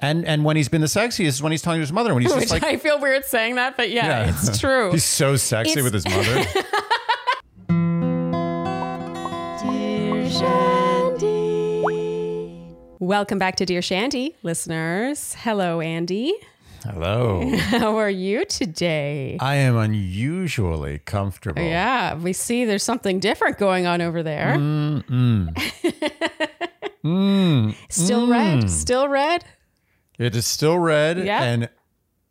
And and when he's been the sexiest is when he's talking to his mother. When he's Which just like, I feel weird saying that, but yeah, Yeah. it's true. he's so sexy It's- with his mother. Welcome back to Dear Shandy, listeners. Hello, Andy. Hello. How are you today? I am unusually comfortable. Yeah, we see there's something different going on over there. Mm. Still Mm. red, still red. Hmm. It is still red Yeah. and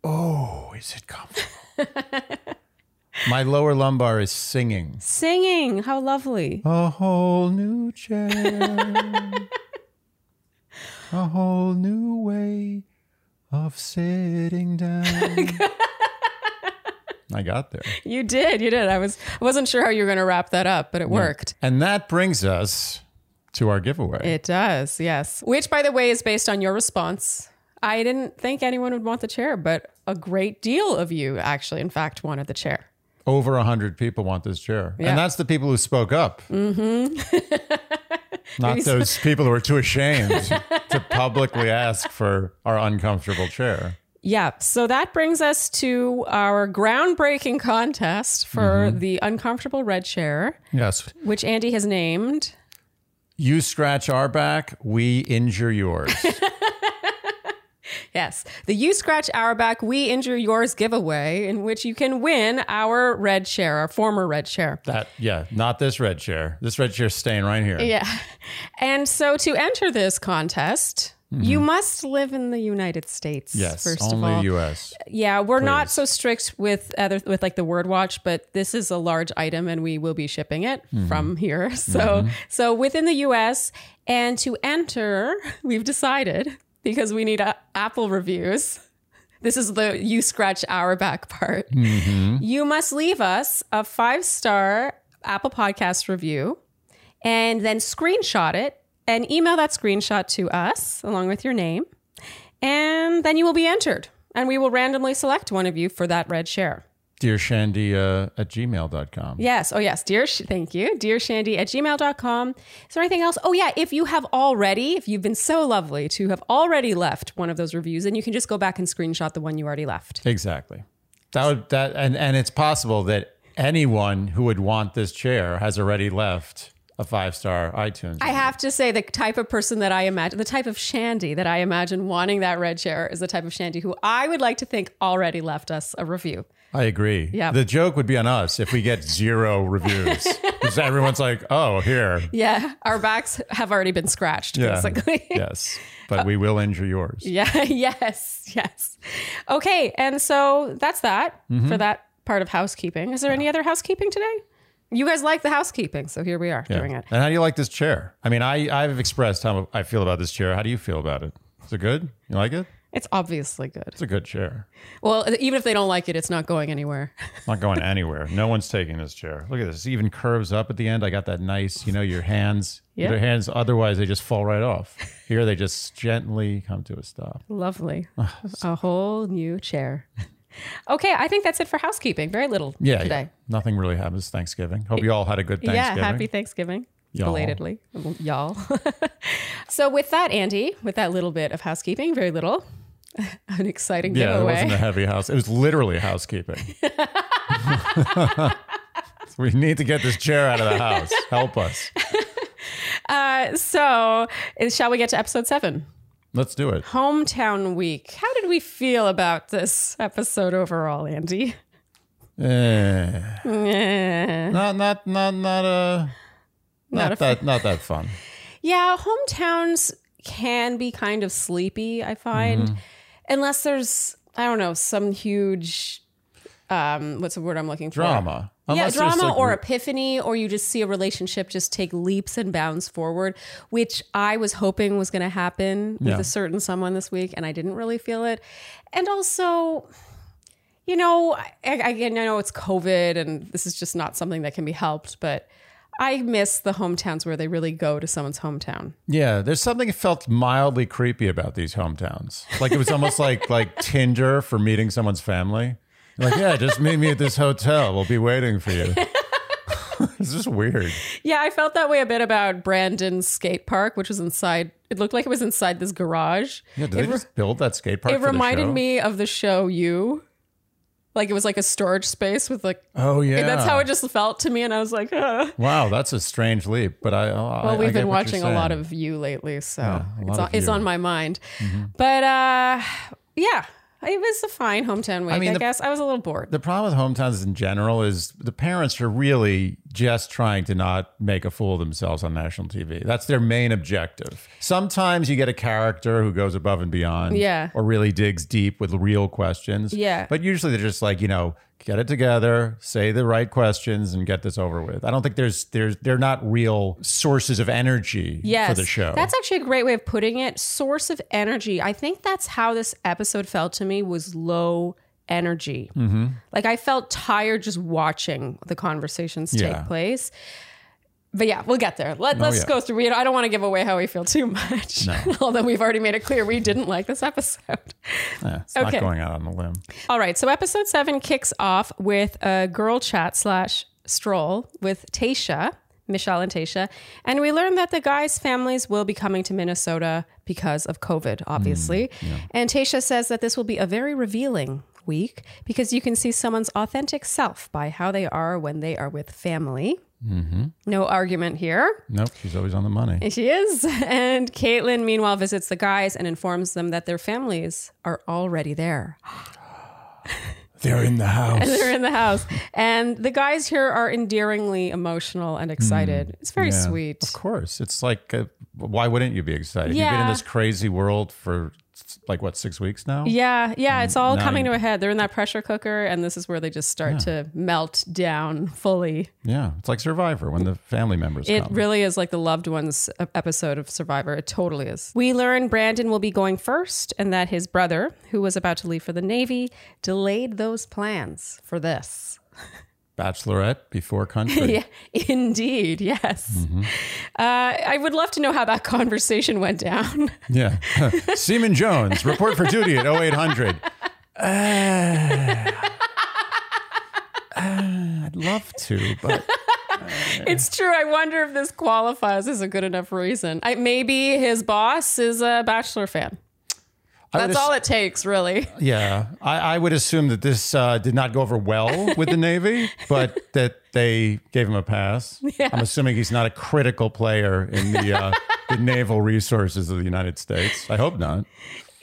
oh, is it comfortable? My lower lumbar is singing. Singing, how lovely. A whole new chair. a whole new way of sitting down. I got there. You did, you did. I was I wasn't sure how you were going to wrap that up, but it worked. And that brings us to our giveaway. It does, yes. Which, by the way, is based on your response. I didn't think anyone would want the chair, but a great deal of you actually, in fact, wanted the chair. Over a 100 people want this chair. Yeah. And that's the people who spoke up. Mm-hmm. Not Maybe so- those people who are too ashamed to publicly ask for our uncomfortable chair. Yeah. So that brings us to our groundbreaking contest for Mm-hmm. the uncomfortable red chair, Yes. which Andy has named. You scratch our back, we injure yours. Yes, the You Scratch Our Back, We Injure Yours giveaway, in which you can win our red chair, our former red chair. That yeah, not this red chair. This red chair's staying right here. Yeah. And so to enter this contest, you must live in the United States. Mm-hmm. Yes, First of only all, U.S. yeah, we're not so strict with other with like the word watch, but this is a large item, and we will be shipping it from here. So, so within the U.S. and to enter, we've decided because we need uh, Apple reviews. This is the you scratch our back part. You must leave us a five star Apple Podcast review and then screenshot it and email that screenshot to us along with your name. And then you will be entered. And we will randomly select one of you for that red share. Dear Shandy uh, at gmail.com. Yes. Oh, yes. Dear, Sh- thank you. Dear Shandy at gmail.com. Is there anything else? Oh, yeah. If you have already, if you've been so lovely to have already left one of those reviews, then you can just go back and screenshot the one you already left. Exactly. That would that and and it's possible that anyone who would want this chair has already left a five star iTunes. I have to say, the type of person that I imagine, the type of Shandy that I imagine wanting that red chair is the type of Shandy who I would like to think already left us a review. I agree. Yeah. The joke would be on us if we get zero reviews. Because everyone's like, oh, here. Yeah, our backs have already been scratched, Yeah. basically. Yes. But we will injure yours. Yeah, yes, yes. Okay, and so that's that Mm-hmm. for that part of housekeeping. Is there any other housekeeping today? You guys like the housekeeping, so here we are Yeah. doing it. And how do you like this chair? I mean, I, I've expressed how I feel about this chair. How do you feel about it? Is it good? You like it? It's obviously good. It's a good chair. Well, even if they don't like it, it's not going anywhere. Not going anywhere. No one's taking this chair. Look at this. It even curves up at the end. I got that nice, you know, your hands. Yeah. Their hands, otherwise, they just fall right off. Here, they just gently come to a stop. Lovely. Ah, a whole new chair. Okay, I think that's it for housekeeping. Very little Yeah. today. yeah. Nothing really happens Thanksgiving. Hope you all had a good Yeah, Thanksgiving. happy Thanksgiving. Y'all. Belatedly, y'all. so, with that, Andy, with that little bit of housekeeping, very little, an exciting Yeah, it giveaway. wasn't a heavy house. It was literally housekeeping. we need to get this chair out of the house. Help us. Uh, so, is- shall we get to episode seven? Let's do it. Hometown Week. How did we feel about this episode overall, Andy? Eh, Eh. not not not not uh, not, a that not that fun. yeah, hometowns can be kind of sleepy, I find, unless there's, I don't know, some huge. Um, what's the word I'm looking for? Drama. Unless yeah, there's, drama like, or re- epiphany, or you just see a relationship just take leaps and bounds forward, which I was hoping was going to happen with Yeah. a certain someone this week, and I didn't really feel it. And also, you know, I, I, I know it's COVID, and this is just not something that can be helped, but I miss the hometowns where they really go to someone's hometown. Yeah, there's something that felt mildly creepy about these hometowns. Like it was almost like like Tinder for meeting someone's family. Like, yeah, just meet me at this hotel. We'll be waiting for you. this is weird. Yeah, I felt that way a bit about Brandon's skate park, which was inside. It looked like it was inside this garage. Yeah, did it, they just build that skate park? it for the reminded show? me of the show You. Like it was like a storage space with like. Oh yeah, That's how it just felt to me, and I was like, uh. Wow, that's a strange leap. But I. oh, I Well, I we've get been what you're watching a lot saying. of you lately, so a lot it's, on, of it's You. Mm-hmm. on my mind. But uh, yeah, it was a fine hometown week. I, mean, the- guess I was a little bored. The problem with hometowns in general is the parents are really just trying to not make a fool of themselves on national TV. That's their main objective. Sometimes you get a character who goes above and beyond Yeah. or really digs deep with real questions. Yeah. But usually they're just like, you know, get it together, say the right questions and get this over with. I don't think there's there's they're not real sources of energy yes, for the show. That's actually a great way of putting it. Source of energy. I think that's how this episode felt to me was low energy. Mm-hmm. Like I felt tired just watching the conversations Yeah. Oh, take place. But yeah, we'll get there. Let, let's yeah. go through. We, I don't want to give away how we feel too much, although we've already made it clear we didn't like this episode. Yeah, it's okay. not going out on a limb. All right, so episode seven kicks off with a girl chat slash stroll with Tasha, Michelle and Tasha, and we learn that the guys' families will be coming to Minnesota because of COVID, obviously. And Tasha says that this will be a very revealing week because you can see someone's authentic self by how they are when they are with family. No argument here. Nope, she's always on the money. She is. And Caitlin, meanwhile, visits the guys and informs them that their families are already there. They're in the house. They're in the house. And the guys here are endearingly emotional and excited. it's very Mm. Yeah, sweet. Of course. It's like, uh, why wouldn't you be excited? You've been in Yeah. this crazy world for s- like, what, six weeks now? Yeah, yeah, it's all now coming you- to a head. They're in that pressure cooker, and this is where they just start to melt down fully. Yeah. It's like Survivor when the family members It come. really is like the loved ones e- episode of Survivor. It totally is. We learn Brandon will be going first, and that his brother, who was about to leave for the Navy, delayed those plans for this. Bachelorette before country. Yeah, indeed. Yes. Mm-hmm. Uh, I would love to know how that conversation went down. yeah. Seaman Jones, report for duty at 0800. Uh, uh, I'd love to, but it's true. I wonder if this qualifies as a good enough reason. I, maybe his boss is a Bachelor fan. I would That's ass- all it takes, really. Yeah, I, I would assume that this uh, did not go over well with the Navy, but that they gave him a pass. I'm assuming he's not a critical player in the uh, the naval resources of the United States. I hope not.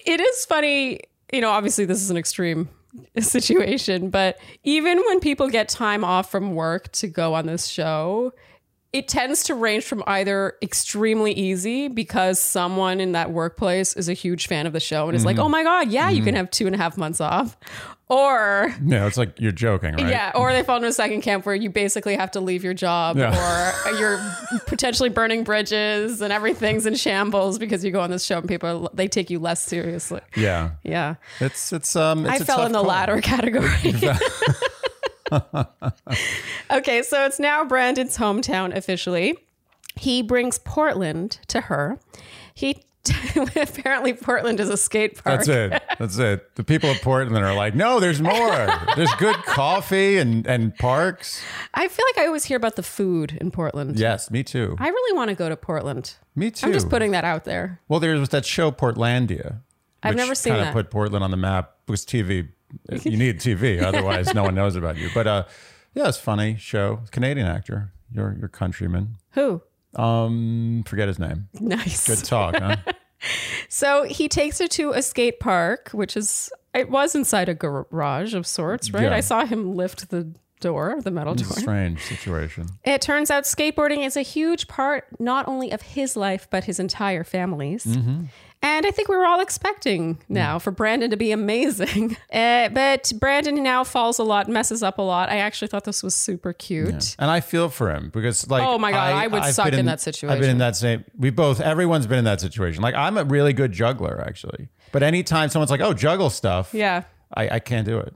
It is funny. You know, obviously, this is an extreme situation, but even when people get time off from work to go on this show, it tends to range from either extremely easy because someone in that workplace is a huge fan of the show and is like, oh my God, yeah, you can have two and a half months off. Or, No, it's like you're joking, right? yeah, or they fall into a second camp where you basically have to leave your job Yeah. or you're potentially burning bridges and everything's in shambles because you go on this show and people, are, they take you less seriously. Yeah, Yeah. it's it's um. I It's a fell tough in the call. latter category. okay, so it's now Brandon's hometown officially. He brings Portland to her. He apparently Portland is a skate park. That's it. That's it. The people of Portland are like, no, there's more. There's good coffee and and parks. I feel like I always hear about the food in Portland. Yes, me too. I really want to go to Portland. Me too. I'm just putting that out there. Well, there was that show Portlandia. I've which never seen kinda that. Put Portland on the map because TV. You need TV, otherwise no one knows about you. But uh, yeah, it's a funny show. Canadian actor, your your countryman. Who? Um, forget his name. Nice. Good talk, huh? So he takes her to a skate park, which is it was inside a garage of sorts, right? Yeah. I saw him lift the door, the metal door. Strange situation. It turns out skateboarding is a huge part not only of his life, but his entire family's. Mm-hmm. And I think we were all expecting Mm. now for Brandon to be amazing. Uh, but Brandon now falls a lot, messes up a lot. I actually thought this was super cute. And I feel for him because, like, Oh my God, I would I've suck been in that I've been situation. in that same. We both, everyone's been in that situation. Like, I'm a really good juggler, actually. But anytime someone's like, "Oh, juggle stuff," Yeah. I, I can't do it.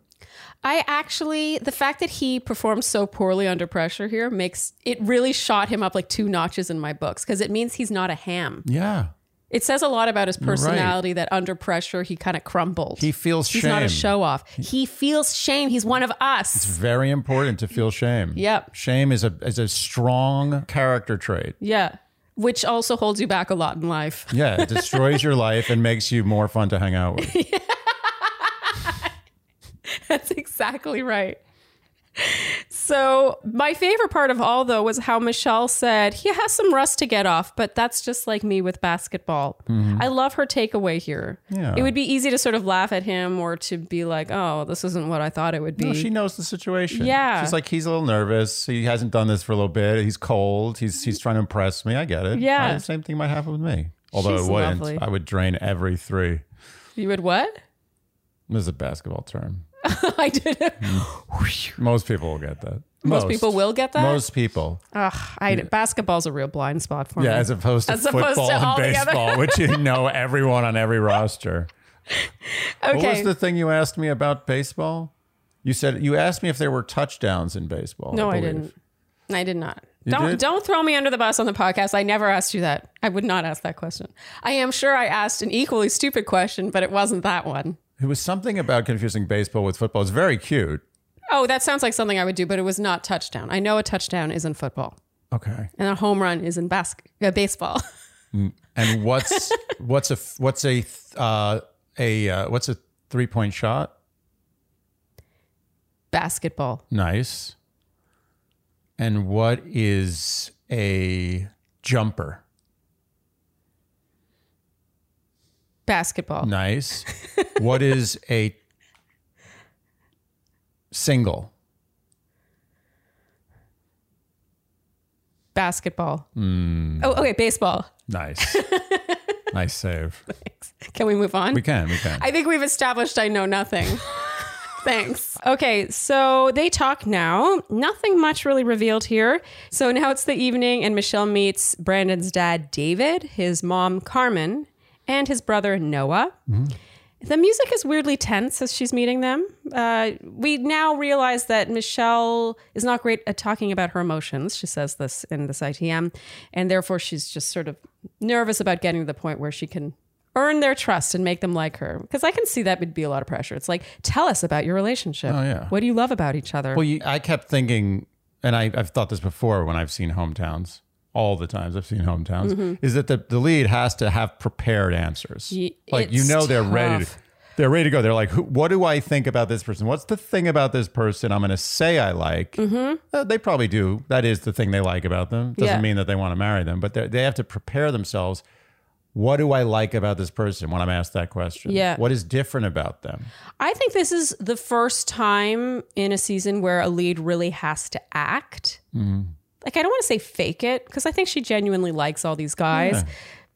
I actually, the fact that he performs so poorly under pressure here makes it really shot him up like two notches in my books because it means he's not a ham. Yeah, It says a lot about his personality that under pressure he kind of crumbled. He feels He's shame. not a show off. He feels shame. He's one of us. It's very important to feel shame. Yep. Shame is a is a strong character trait. Yeah. Which also holds you back a lot in life. Yeah, it destroys your life and makes you more fun to hang out with. That's exactly right. So, my favorite part of all, though, was how Michelle said, he has some rust to get off, but that's just like me with basketball. I love her takeaway here. Mm-hmm. Yeah. It would be easy to sort of laugh at him or to be like, oh, this isn't what I thought it would be. No, she knows the situation. Yeah. She's like, he's a little nervous. He hasn't done this for a little bit. He's cold. He's he's trying to impress me. I get it. Yeah. I- the same thing might happen with me. Although She's it wouldn't. lovely. I would drain every three. you would what? This is a basketball term. I did. Most people will get that. Most people will get that. Most people. Ugh, I, basketball's a real blind spot for Yeah, me. as opposed to As opposed to football all and the other- baseball, which you know everyone on every roster. What okay. was the thing you asked me about baseball? You said you asked me if there were touchdowns in baseball. no, I believe. didn't. I did not. don't did? don't throw me under the bus on the podcast. I never asked you that. I would not ask that question. I am sure I asked an equally stupid question, but it wasn't that one. It was something about confusing baseball with football. It's very cute. Oh, that sounds like something I would do, but it was not touchdown. I know a touchdown is in football, Okay. and a home run is in bas- uh, baseball. And what's what's a what's a uh, a uh, what's a three point shot? basketball. Nice. And what is a jumper? Basketball. Nice. what is a single? Basketball. Oh, okay. Baseball. Nice. nice save. Can we move on? We can. We can. I think we've established I know nothing. Thanks. Okay, so they talk now. Nothing much really revealed here. So now it's the evening, and Michelle meets Brandon's dad, David, his mom, Carmen, and his brother, Noah. The music is weirdly tense as she's meeting them. Uh, we now realize that Michelle is not great at talking about her emotions. She says this in this ITM, and therefore she's just sort of nervous about getting to the point where she can earn their trust and make them like her. Because I can see that would be a lot of pressure. It's like, tell us about your relationship. Oh, yeah. What do you love about each other? Well, you, I kept thinking, and I, I've thought this before when I've seen hometowns, all the times I've seen hometowns, is that the, the lead has to have prepared answers. Mm-hmm. Ye- like you it's know they're ready. To, tough. they're ready to go. They're like, Who, what do I think about this person? What's the thing about this person I'm going to say I like? Uh, they probably do. That is the thing they like about them. Doesn't Mm-hmm. Yeah. mean that they want to marry them, but they're- they have to prepare themselves. What do I like about this person when I'm asked that question? Yeah. What is different about them? I think this is the first time in a season where a lead really has to act. Like, I don't want to say fake it because I think she genuinely likes all these guys.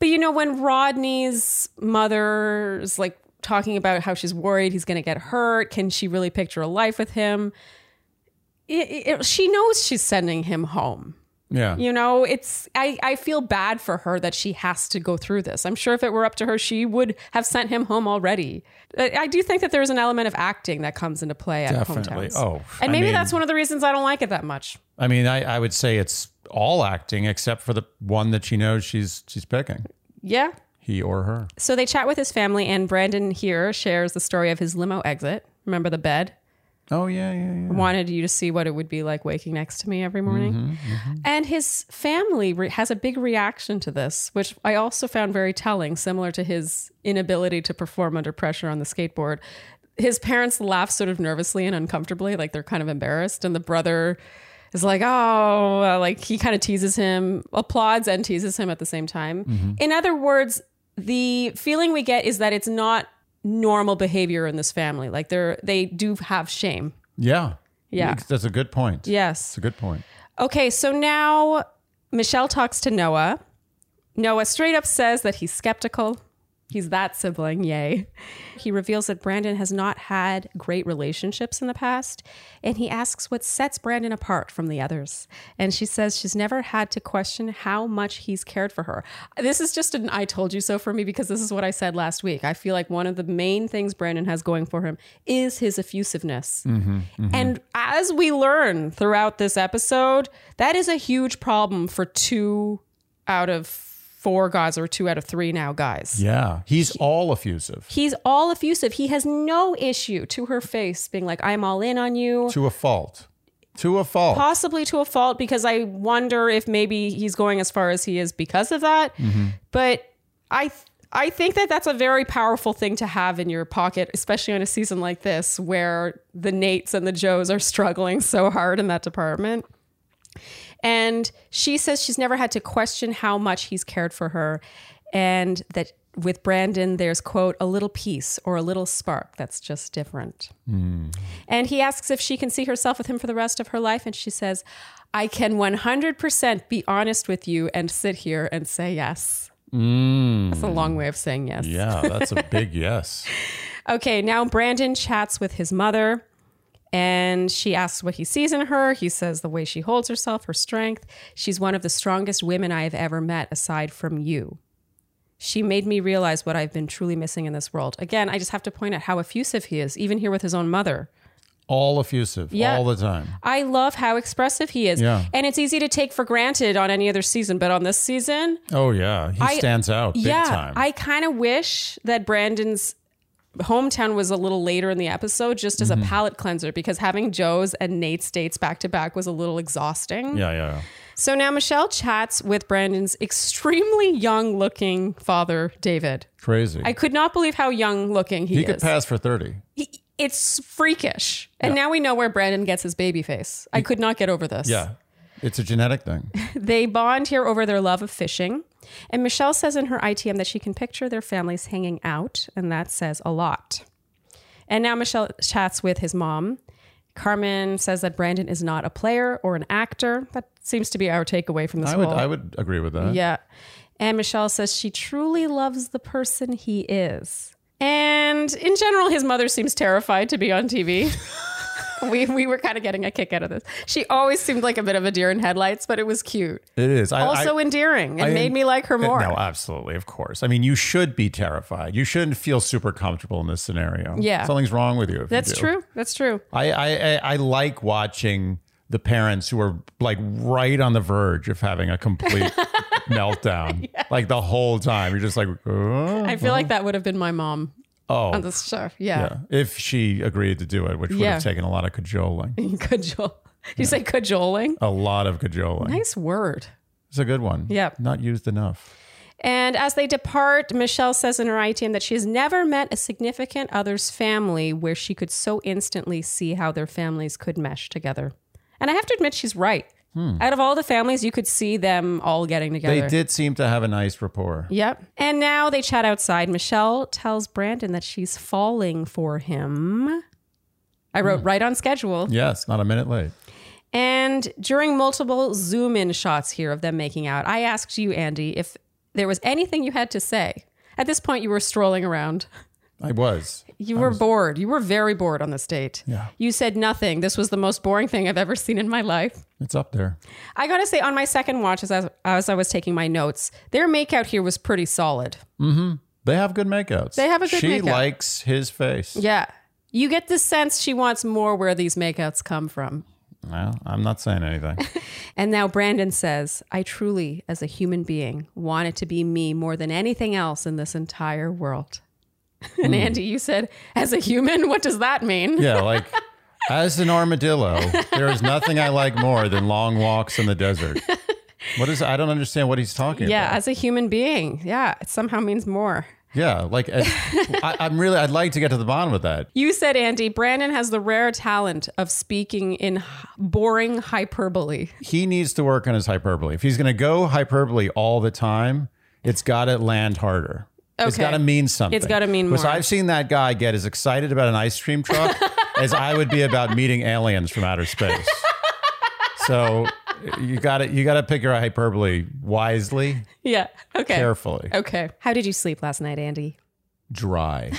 But you know, when Rodney's mother is like talking about how she's worried he's going to get hurt, can she really picture a life with him? It- it- she knows she's sending him home. Yeah. You know, it's I, I feel bad for her that she has to go through this. I'm sure if it were up to her, she would have sent him home already. I, I do think that there is an element of acting that comes into play at Definitely. hometowns. Oh, and I maybe mean- that's one of the reasons I don't like it that much. I mean, I, I would say it's all acting except for the one that she knows she's she's picking, Yeah. he or her. So they chat with his family, and Brandon here shares the story of his limo exit. Remember the bed? Oh yeah, yeah, yeah. wanted you to see what it would be like waking next to me every morning. And his family re- has a big reaction to this, which I also found very telling, similar to his inability to perform under pressure on the skateboard. His parents laugh sort of nervously and uncomfortably, like they're kind of embarrassed. And the brother is like, oh, uh, like he kind of teases him, applauds and teases him at the same time. In other words, the feeling we get is that it's not normal behavior in this family. Like they're they do have shame. Yeah. Yeah. That's a good point. It's Yes. a good point. Okay, so now Michelle talks to Noah. Noah straight up says that he's skeptical. He's that sibling, yay. He reveals that Brandon has not had great relationships in the past, and he asks what sets Brandon apart from the others. And she says she's never had to question how much he's cared for her. This is just an I told you so for me because this is what I said last week. I feel like one of the main things Brandon has going for him is his effusiveness. And as we learn throughout this episode, that is a huge problem for two out of four guys or two out of three now guys. Yeah. He's all effusive He's all effusive. He has no issue to her face being like, I'm all in on you. to a fault. To a fault. Possibly to a fault because I wonder if maybe he's going as far as he is because of that. But I. I think that that's a very powerful thing to have in your pocket, especially on a season like this where the Nates and the Joes are struggling so hard in that department. And she says she's never had to question how much he's cared for her and that with Brandon there's quote a little piece or a little spark that's just different. And he asks if she can see herself with him for the rest of her life and she says, "I can 100% be honest with you and sit here and say yes." That's a long way of saying yes. yeah, that's a big yes. Okay, now Brandon chats with his mother and she asks what he sees in her. He says the way she holds herself, her strength. She's one of the strongest women I have ever met, aside from you. She made me realize what I've been truly missing in this world. Again, I just have to point out how effusive he is, even here with his own mother. All effusive Yeah. all the time. I love how expressive he is. Yeah. And it's easy to take for granted on any other season, but on this season, Oh, yeah. He stands out big yeah, time. I kind of wish that Brandon's hometown was a little later in the episode just as Mm-hmm. a palate cleanser because having Joe's and Nate's dates back to back was a little exhausting. yeah, yeah, yeah. So now Michelle chats with Brandon's extremely young looking father, David. Crazy. I could not believe how young looking he, he is. could pass for 30. He- it's freakish. And now we know where Brandon gets his baby face. I could not get over this. Yeah. It's a genetic thing. They bond here over their love of fishing. And Michelle says in her ITM that she can picture their families hanging out, and that says a lot. And now Michelle chats with his mom. Carmen says that Brandon is not a player or an actor. That seems to be our takeaway from this I would whole. I would agree with that. yeah. And Michelle says she truly loves the person he is. And in general, his mother seems terrified to be on TV. we, we were kind of getting a kick out of this. She always seemed like a bit of a deer in headlights, but it was cute It is. I, I- also endearing. It I- Uh, made me like her more. No, absolutely, of course. I mean, you should be terrified. You shouldn't feel super comfortable in this scenario. Yeah. something's wrong with you. if you That's do. true. That's true. I, I I- I like watching the parents who are like right on the verge of having a complete meltdown, like the whole time. You're just like, oh, I feel like that would have been my mom oh. on this show. Yeah. Yeah. If she agreed to do it, which would Yeah. have taken a lot of cajoling, Cajole. You say cajoling? a lot of cajoling. Nice word. It's a good one. Yep. Not used enough. And as they depart, Michelle says in her ITM that she has never met a significant other's family where she could so instantly see how their families could mesh together. And I have to admit, she's right. Out of all the families, you could see them all getting together. Hmm. They did seem to have a nice rapport. Yep. And now they chat outside. Michelle tells Brandon that she's falling for him. I wrote Hmm. right on schedule. Yes, not a minute late. And during multiple zoom in shots here of them making out, I asked you, Andy, if there was anything you had to say. At this point, you were strolling around. I was. You were bored. You were very bored on this date. Yeah. You said nothing. This was the most boring thing I've ever seen in my life. It's up there. I gotta say, on my second watch, as I, as I was taking my notes, their makeout here was pretty solid. They have good makeouts. They have a good She makeout. likes his face. Yeah. You get the sense she wants more where these makeouts come from. Well, I'm not saying anything. And now Brandon says, I truly, as a human being, want it to be me more than anything else in this entire world. And Andy, you said, as a human, what does that mean? yeah, like as an armadillo, there is nothing I like more than long walks in the desert. What is I don't understand what he's talking Yeah, about. as a human being. Yeah, it somehow means more. Yeah, like as, I, I'm really I'd like to get to the bottom of that. You said, Andy, Brandon has the rare talent of speaking in h- boring hyperbole. He needs to work on his hyperbole. If he's going to go hyperbole all the time, it's got to land harder. It's Okay. got to mean something. It's gotta mean Because more. I've seen that guy get as excited about an ice cream truck as I would be about meeting aliens from outer space. So you got to you got to pick your hyperbole wisely, Yeah. Okay. carefully. Okay. How did you sleep last night, Andy? Dry.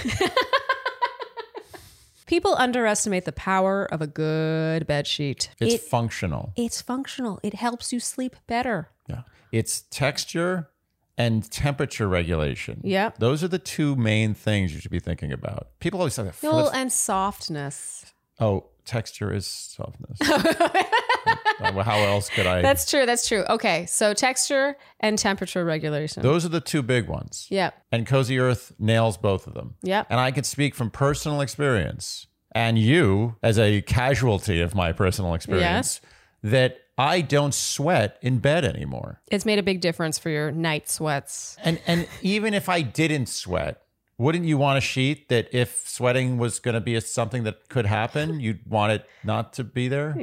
People underestimate the power of a good bed sheet. It's It- functional. it's functional. It helps you sleep better. Yeah. It's texture and temperature regulation. Yeah. Those are the two main things you should be thinking about. People always say that. Feel flip- and softness. Oh, texture is softness. Uh, How else could I? That's true. That's true. Okay. So texture and temperature regulation. Those are the two big ones. yep. And Cozy Earth nails both of them. Yep. And I could speak from personal experience and you as a casualty of my personal experience that I don't sweat in bed anymore. It's made a big difference for your night sweats. And and even if I didn't sweat, wouldn't you want a sheet that if sweating was going to be a, something that could happen, you'd want it not to be there?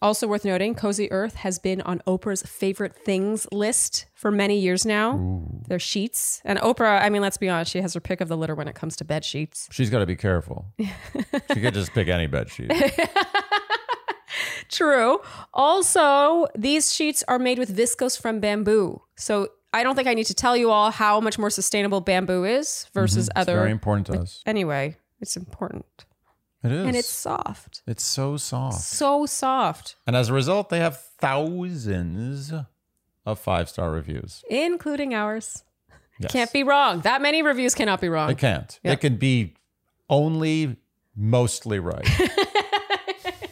Also worth noting, Cozy Earth has been on Oprah's favorite things list for many years now. Their sheets. And Oprah, I mean, let's be honest, she has her pick of the litter when it comes to bed sheets. She's got to be careful. she could just pick any bed sheet. True. Also, these sheets are made with viscose from bamboo. So I don't think I need to tell you all how much more sustainable bamboo is versus Mhm. It's very other. important to us. Anyway, it's important. It is. And it's soft. it's so soft. So soft, And as a result, they have thousands of five-star reviews. including ours. Yes. Can't be wrong. That many reviews cannot be wrong. It can't. Yeah. It can be only mostly right.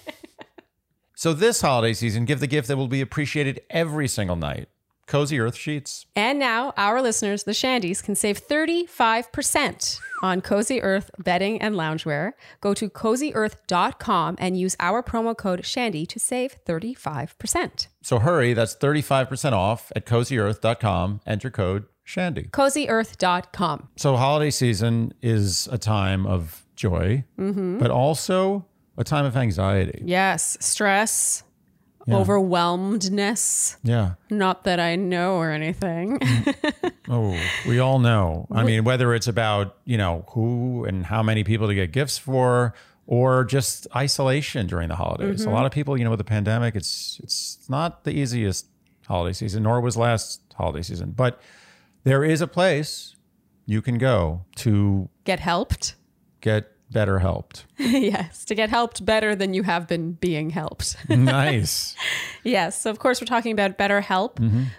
so this holiday season, give the gift that will be appreciated every single night. Cozy Earth sheets. And now our listeners, the Shandies, can save 35% on Cozy Earth bedding and loungewear. Go to cozyearth.com and use our promo code Shandy to save 35%. So hurry, that's 35% off at cozyearth.com. Enter code Shandy. cozyearth.com. So holiday season is a time of joy, but also a time of anxiety. Yes, stress, overwhelmedness. Yeah. Not that I know or anything. Oh, we all know. I mean, whether it's about, you know, who and how many people to get gifts for or just isolation during the holidays. A lot of people, you know, with the pandemic, it's it's not the easiest holiday season nor was last holiday season. But there is a place you can go to get helped. get better helped. yes, to get helped better than you have been being helped. nice. Yes. So, of course, we're talking about BetterHelp,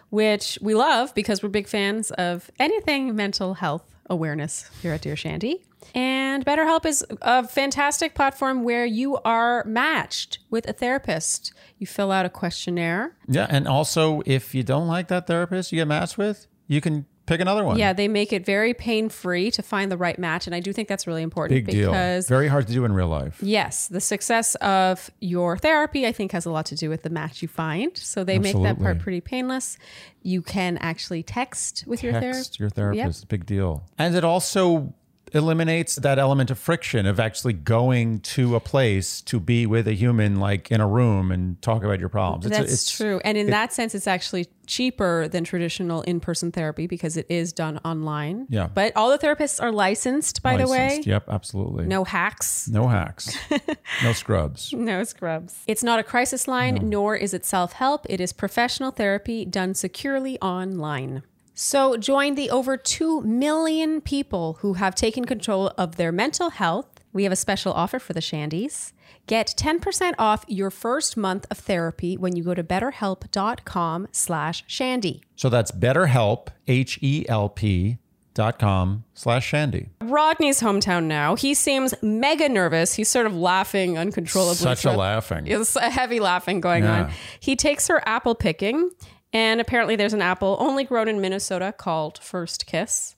which we love because we're big fans of anything mental health awareness here at Dear Shandy. And BetterHelp is a fantastic platform where you are matched with a therapist. You fill out a questionnaire. Yeah, and also if you don't like that therapist you get matched with, you can pick another one. Yeah, they make it very pain free to find the right match. And I do think that's really important Big deal. because Very hard to do in real life. Yes, the success of your therapy, I think, has a lot to do with the match you find. So they make that part Absolutely. pretty painless. You can actually text with your therapist. text your therapist. Big deal. And it also eliminates that element of friction of actually going to a place to be with a human, like in a room and talk about your problems. It's a- That's it's- true. And in that sense, it's actually cheaper than traditional in person therapy because it is done online. Yeah. But all the therapists are licensed, by the way. licensed. Yep, absolutely. No hacks, No hacks. no scrubs. no scrubs. It's not a crisis line, nor is it self help. It is professional therapy done securely online. So join the over 2 million people who have taken control of their mental health. We have a special offer for the Shandies. Get 10% off your first month of therapy when you go to betterhelp.com slash shandy. So that's BetterHelp, H E L P dot com slash Shandy. Rodney's hometown now. He seems mega nervous. He's sort of laughing uncontrollably. Such a throughout- laughing. It's a heavy laughing going on. Yeah. He takes her apple picking, and apparently there's an apple only grown in Minnesota called First Kiss.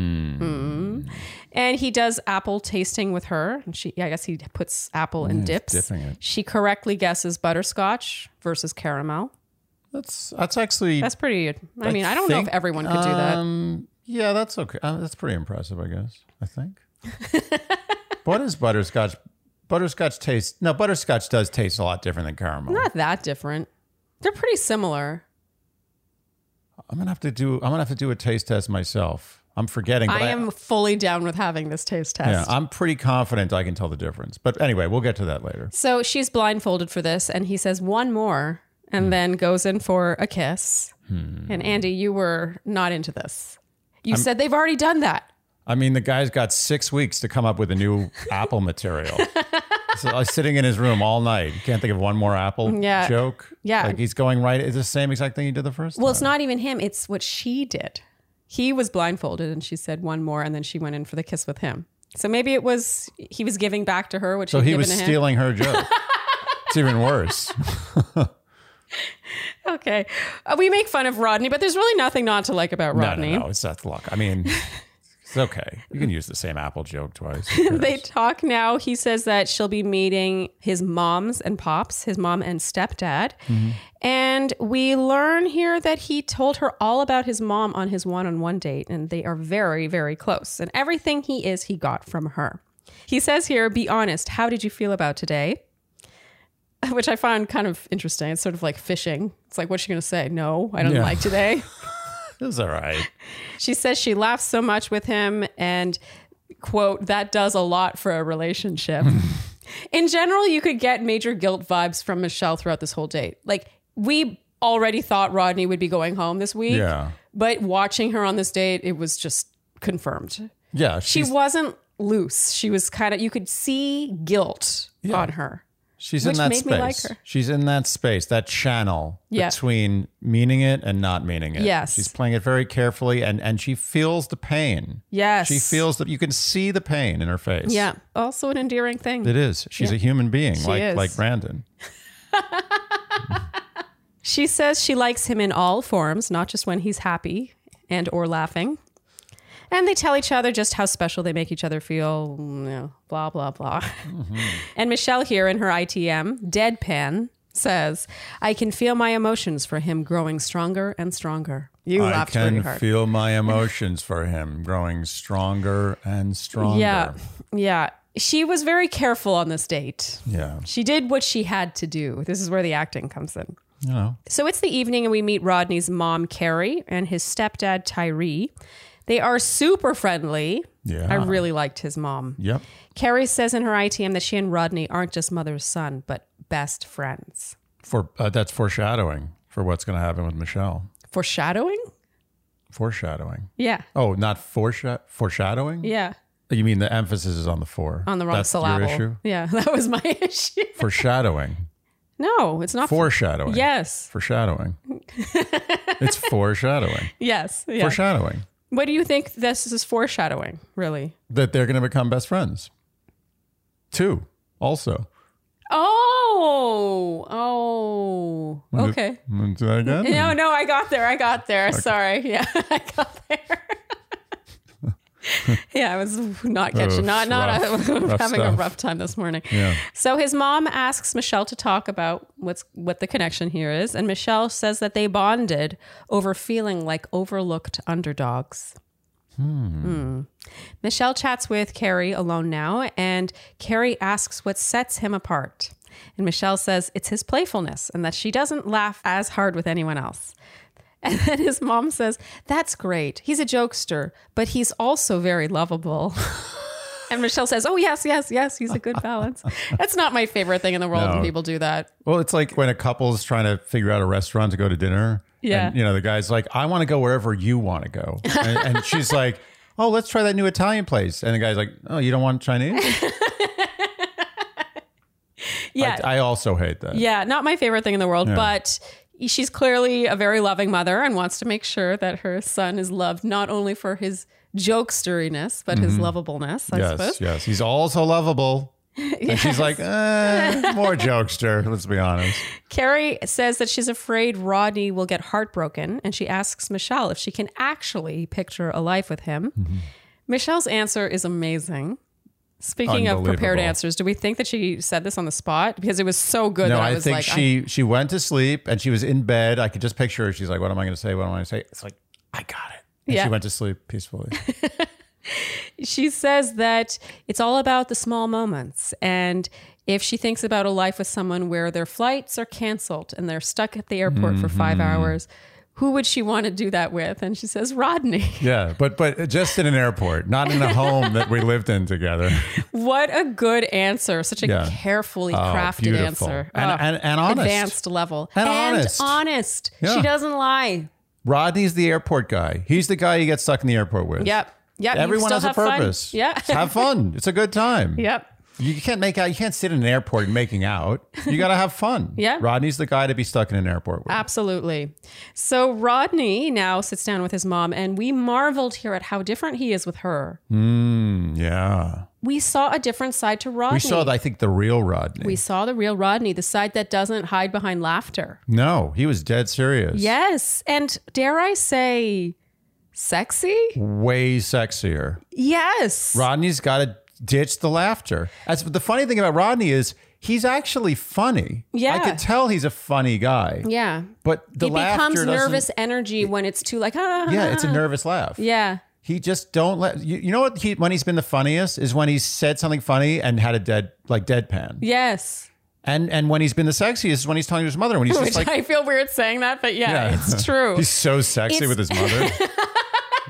Mm. And he does apple tasting with her, and she, I guess, he puts apple in dips. dipping it. She correctly guesses butterscotch versus caramel. That's that's actually That's pretty. I mean, I don't know if think, everyone could do that. Um, yeah, that's okay. Uh, that's pretty impressive, I guess. I think. what is butterscotch? Butterscotch tastes no. Butterscotch does taste a lot different than caramel. Not that different. They're pretty similar. I'm gonna have to do. I'm gonna have to do a taste test myself. I'm forgetting. But I am fully down with having this taste test. yeah, I'm pretty confident I can tell the difference. But anyway, we'll get to that later. So she's blindfolded for this, and he says one more, Hmm. and then goes in for a kiss. And Andy, you were not into this. You said they've already done that. I mean, the guy's got six weeks to come up with a new apple material. So I was sitting in his room all night. You can't think of one more apple Yeah. joke. Yeah. like he's going right. It's the same exact thing he did the first. Well, it's not even him, it's what she did. He was blindfolded, and she said one more, and then she went in for the kiss with him. So maybe it was he was giving back to her, which So he'd he given was to him. stealing her joke. it's even worse. Okay, Uh, we make fun of Rodney, but there's really nothing not to like about No, Rodney. no, no. It's Seth Luck. I mean, it's okay. You can use the same Apple joke twice. Who cares? They talk now. He says that she'll be meeting his moms and pops, his mom and stepdad. And we learn here that he told her all about his mom on his one on one date, and they are very, very close. And everything he is, he got from her. He says here, Be honest, how did you feel about today? Which I find kind of interesting. It's sort of like fishing. It's like, what's she going to say? No, I don't Yeah. like today. It was all right. She says she laughs so much with him and quote that does a lot for a relationship. In general, you could get major guilt vibes from Michelle throughout this whole date. Like we already thought Rodney would be going home this week, Yeah. but watching her on this date, it was just confirmed. Yeah. She She's, wasn't loose. She was kind of you could see guilt on her. she's in which that made space. me like her. She's in that space, that channel Yeah. between meaning it and not meaning it. Yes. She's playing it very carefully and, and she feels the pain. Yes. She feels that you can see the pain in her face. Yeah. Also an endearing thing. It is. She's a human being like is. like Brandon. She says she likes him in all forms, not just when he's happy and or laughing. And they tell each other just how special they make each other feel, you know, blah blah blah. and Michelle here in her ITM deadpan says, "I can feel my emotions for him growing stronger and stronger." You I laughed really can hard. feel my emotions for him growing stronger and stronger. yeah. Yeah. She was very careful on this date. Yeah. She did what she had to do. This is where the acting comes in. You know. So it's the evening, and we meet Rodney's mom, Carrie, and his stepdad, Tyree. They are super friendly. Yeah. I really liked his mom. Yep. Carrie says in her ITM that she and Rodney aren't just mother's son, but best friends. For uh, that's foreshadowing for what's going to happen with Michelle. Foreshadowing? Foreshadowing. Yeah. Oh, not foresha- foreshadowing? Yeah. You mean the emphasis is on the four. On the wrong That's syllable. Your issue? Yeah, that was my issue. Foreshadowing. No, it's not. Foreshadowing. yes. Foreshadowing. it's foreshadowing. Yes. Yeah. Foreshadowing. what do you think this is foreshadowing, really? That they're going to become best friends. Two, also. Oh. Oh. Okay. Mm, Say that again? No, no, I got there. I got there. Sorry. Yeah, I got there. yeah, I was not catching, Oof, not, not rough, I'm rough having a stuff. rough time this morning. Yeah. So his mom asks Michelle to talk about what's what the connection here is, and Michelle says that they bonded over feeling like overlooked underdogs. Hmm. Michelle chats with Carrie alone now, and Carrie asks what sets him apart. And Michelle says it's his playfulness and that she doesn't laugh as hard with anyone else. And then his mom says, That's great. He's a jokester, but he's also very lovable. and Michelle says, Oh, yes, yes, yes. He's a good balance. That's not my favorite thing in the world when No. people do that. Well, it's like when a couple's trying to figure out a restaurant to go to dinner. Yeah. And, you know, the guy's like, I want to go wherever you want to go. And, and she's like, Oh, let's try that new Italian place. And the guy's like, Oh, you don't want Chinese? Yeah. I, I also hate that. yeah. Not my favorite thing in the world, but. She's clearly a very loving mother and wants to make sure that her son is loved not only for his jokesteriness, but his lovableness, I Mm-hmm. yes. suppose. Yes. He's also lovable. And she's like, eh, more jokester. Let's be honest. Carrie says that she's afraid Rodney will get heartbroken, and she asks Michelle if she can actually picture a life with him. Mm-hmm. Michelle's answer is amazing. Speaking of prepared Unbelievable. answers, do we think that she said this on the spot? Because it was so good No, that I, I, was think like, I- she she went to sleep and she was in bed. I could just picture her. She's like, "What am I going to say? What am I going to say?" It's like, "I got it." And Yeah. She went to sleep peacefully. she says that it's all about the small moments. And if she thinks about a life with someone where their flights are canceled and they're stuck at the airport for Mm-hmm. five hours, who would she want to do that with? And she says, Rodney. yeah, but but just in an airport, not in a home that we lived in together. What a good answer. Such a Yeah. carefully Oh, crafted beautiful. answer. And- Oh, and- and honest. Advanced level. And honest. honest. She Yeah. doesn't lie. Rodney's the airport guy. He's the guy you get stuck in the airport with. Yep. Yep. You Everyone still has a have fun. purpose. Yeah. Just have fun. It's a good time. yep. You can't make out. You can't sit in an airport making out. You got to have fun. Yeah. Rodney's the guy to be stuck in an airport with. Absolutely. So Rodney now sits down with his mom, and we marveled here at how different he is with her. Mm, yeah. We saw a different side to Rodney. We saw, I think, the real Rodney. We saw the real Rodney, the side that doesn't hide behind laughter. no, he was dead serious. Yes. And dare I say, sexy? Way sexier. Yes. Rodney's got to ditch the laughter. That's the funny thing about Rodney is he's actually funny. I Yeah. could tell he's a funny guy, Yeah. but the it laughter becomes doesn't- nervous energy when it's too like, ah. Yeah, it's a nervous laugh. Yeah. He just don't let you, you know what he when he's been the funniest is when he said something funny and had a dead like deadpan. Yes. And and when he's been the sexiest is when he's talking to his mother when he's Which just like I feel weird saying that, but yeah, Yeah. it's true. he's so sexy It's- with his mother.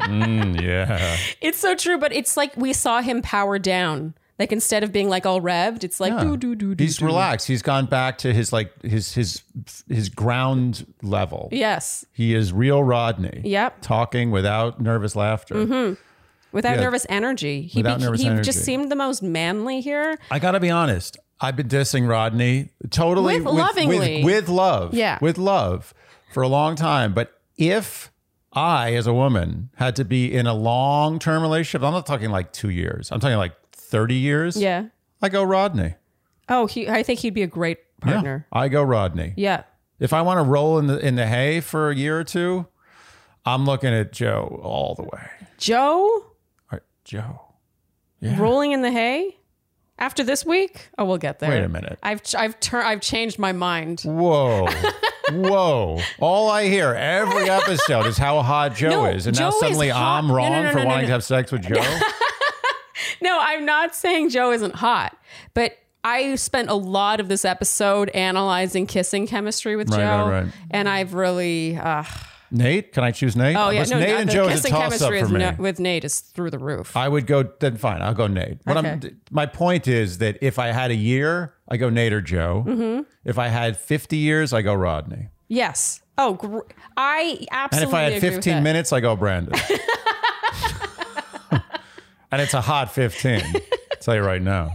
Mm, yeah. It's so true, but it's like we saw him power down. Like instead of being like all revved, it's like do do do do. He's do. relaxed. He's gone back to his like his his his ground level. Yes. He is real Rodney. Yep. Mm-hmm. Talking without nervous laughter. Without Yeah. nervous energy. He Without nervous he energy. just seemed the most manly here. I got to be honest. I've been dissing Rodney totally With lovingly. with, with love, Yeah. with love for a long time. But if I, as a woman, had to be in a long-term relationship, I'm not talking like two years. I'm talking like thirty years. Yeah. I go Rodney. Oh, he I think he'd be a great partner. I go Rodney. Yeah. If I want to roll in the in the hay for a year or two, I'm looking at Joe all the way. All Joe right, Joe. rolling in the hay after this week? Oh, we'll get there. Wait a minute. I've ch- I've turned I've changed my mind. Whoa. Whoa. All I hear every episode is how hot Joe No, is. And now Joe is suddenly hot. I'm No, no, wrong no, no, for no, wanting no. to have sex with Joe. No, I'm not saying Joe isn't hot, but I spent a lot of this episode analyzing kissing chemistry with Right, Joe, right, right. and I've really. Uh, Nate, can I choose Nate? oh yeah, Listen, no, Nate no, and the Joe is a kissing toss up chemistry for is me. Uh, no- with Nate is through the roof. I would go then fine, I'll go Nate. But I'm Okay. my point is that if I had a year, I go Nate or Joe. Mm-hmm. If I had 50 years, I go Rodney. yes. Oh, gr- I And absolutely. if I had agree with 15 that. minutes, I go Brandon. and it's a hot 15. I'll tell you right now.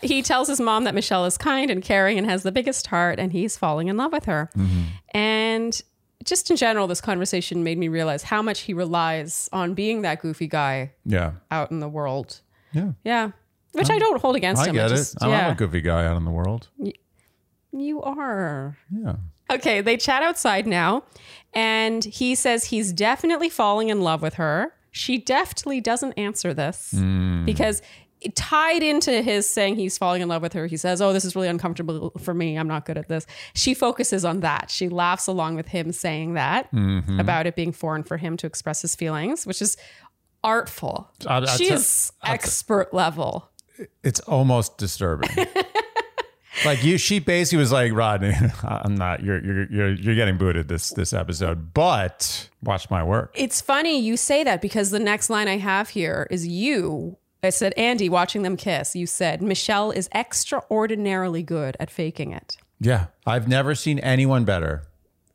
he tells his mom that Michelle is kind and caring and has the biggest heart, and he's falling in love with her. Mm-hmm. And just in general, this conversation made me realize how much he relies on being that goofy guy Yeah. out in the world. Yeah. Um, Yeah. Which I don't hold against I him. get just, it. I'm, yeah. I'm a goofy guy out in the world. You are. Yeah. Okay, they chat outside now, and he says he's definitely falling in love with her. She deftly doesn't answer this Mm. because it tied into his saying he's falling in love with her, he says, Oh, this is really uncomfortable for me. I'm not good at this. She focuses on that. She laughs along with him saying that Mm-hmm. about it being foreign for him to express his feelings, which is artful. I- I'd She say- is expert level. It's almost disturbing. like you, she basically was like, Rodney, I'm not. You're you're you're you're getting booted this this episode, but watch my work. It's funny you say that because the next line I have here is you. I said, Andy, watching them kiss, you said, Michelle is extraordinarily good at faking it. Yeah, I've never seen anyone better.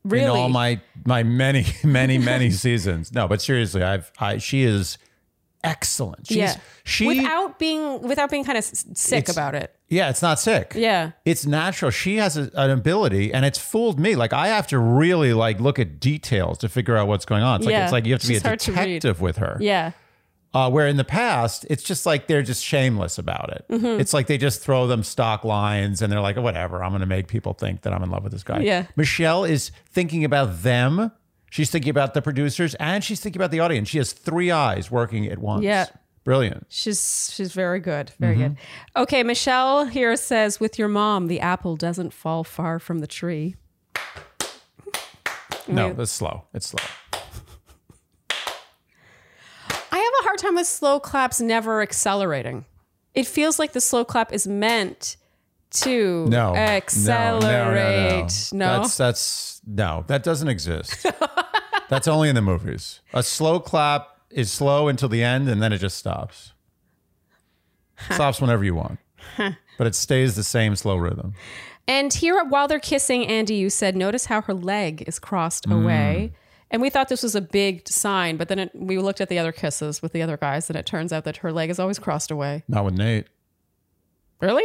Really? In all my my many many many seasons. No, but seriously, I've I she is excellent. She's, yeah. She. without being without being kind of s- sick about it. yeah, it's not sick. Yeah. it's natural she has a, an ability and it's fooled me like i have to really like look at details to figure out what's going on it's, like, Yeah. it's like you have to She's be a hard to read. detective with her Yeah. uh, where in the past it's just like they're just shameless about it Mm-hmm. it's like they just throw them stock lines and they're like oh, whatever i'm going to make people think that i'm in love with this guy Yeah. michelle is thinking about them she's thinking about the producers and she's thinking about the audience she has three eyes working at once Yeah. brilliant She's she's very good. Very Mm-hmm. good. Okay, Michelle here says, with your mom, the apple doesn't fall far from the tree. no that's slow it's slow I have a hard time with slow claps never accelerating. It feels like the slow clap is meant to No. accelerate. No, That's that's no, that doesn't exist. that's only in the movies. A slow clap is slow until the end and then it just stops. Stops whenever you want. but it stays the same slow rhythm. And here, while they're kissing, Andy, you said, notice how her leg is crossed Mm. away. And we thought this was a big sign, but then it, we looked at the other kisses with the other guys, and it turns out that her leg is always crossed away. Not with Nate. Really?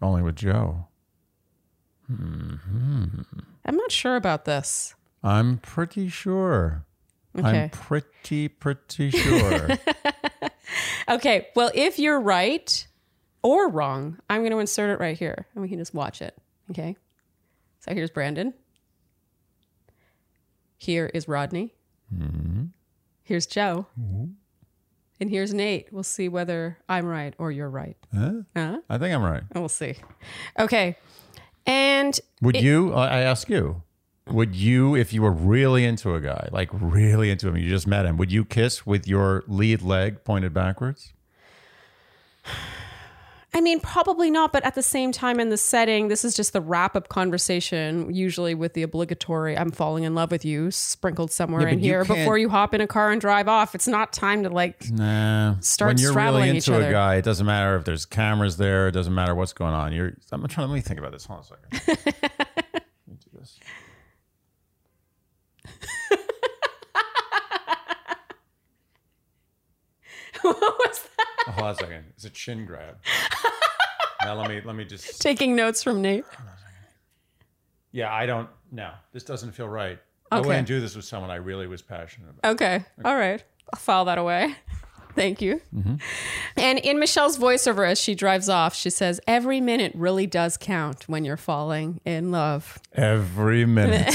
Only with Joe. I'm not sure about this. I'm pretty sure. Okay. I'm pretty, pretty sure. Okay. Well, if you're right or wrong, I'm going to insert it right here and we can just watch it. Okay. So here's Brandon. Here is Rodney. Here's Joe. And here's Nate. We'll see whether I'm right or you're right. Huh? Huh? I think I'm right. And we'll see. Okay. And Would you? I I ask you. Would you, if you were really into a guy, like really into him, you just met him, would you kiss with your lead leg pointed backwards? I mean, probably not, but at the same time, in the setting, this is just the wrap up conversation, usually with the obligatory I'm falling in love with you sprinkled somewhere Yeah, in but you here can't- before you hop in a car and drive off. It's not time to like. Nah. Start when you're really straddling into each a other. guy, it doesn't matter if there's cameras there. It doesn't matter what's going on. You're. I'm trying. Let me think about this. Hold on a second. Let me do this. what was that? Oh, hold on a second. It's a chin grab. now let me let me just. Taking notes from Nate. Yeah, I don't. No, this doesn't feel right. I Okay. wouldn't do this with someone I really was passionate about. Okay. All right. I'll file that away. Thank you. Mm-hmm. And in Michelle's voiceover as she drives off, she says, Every minute really does count when you're falling in love. Every minute.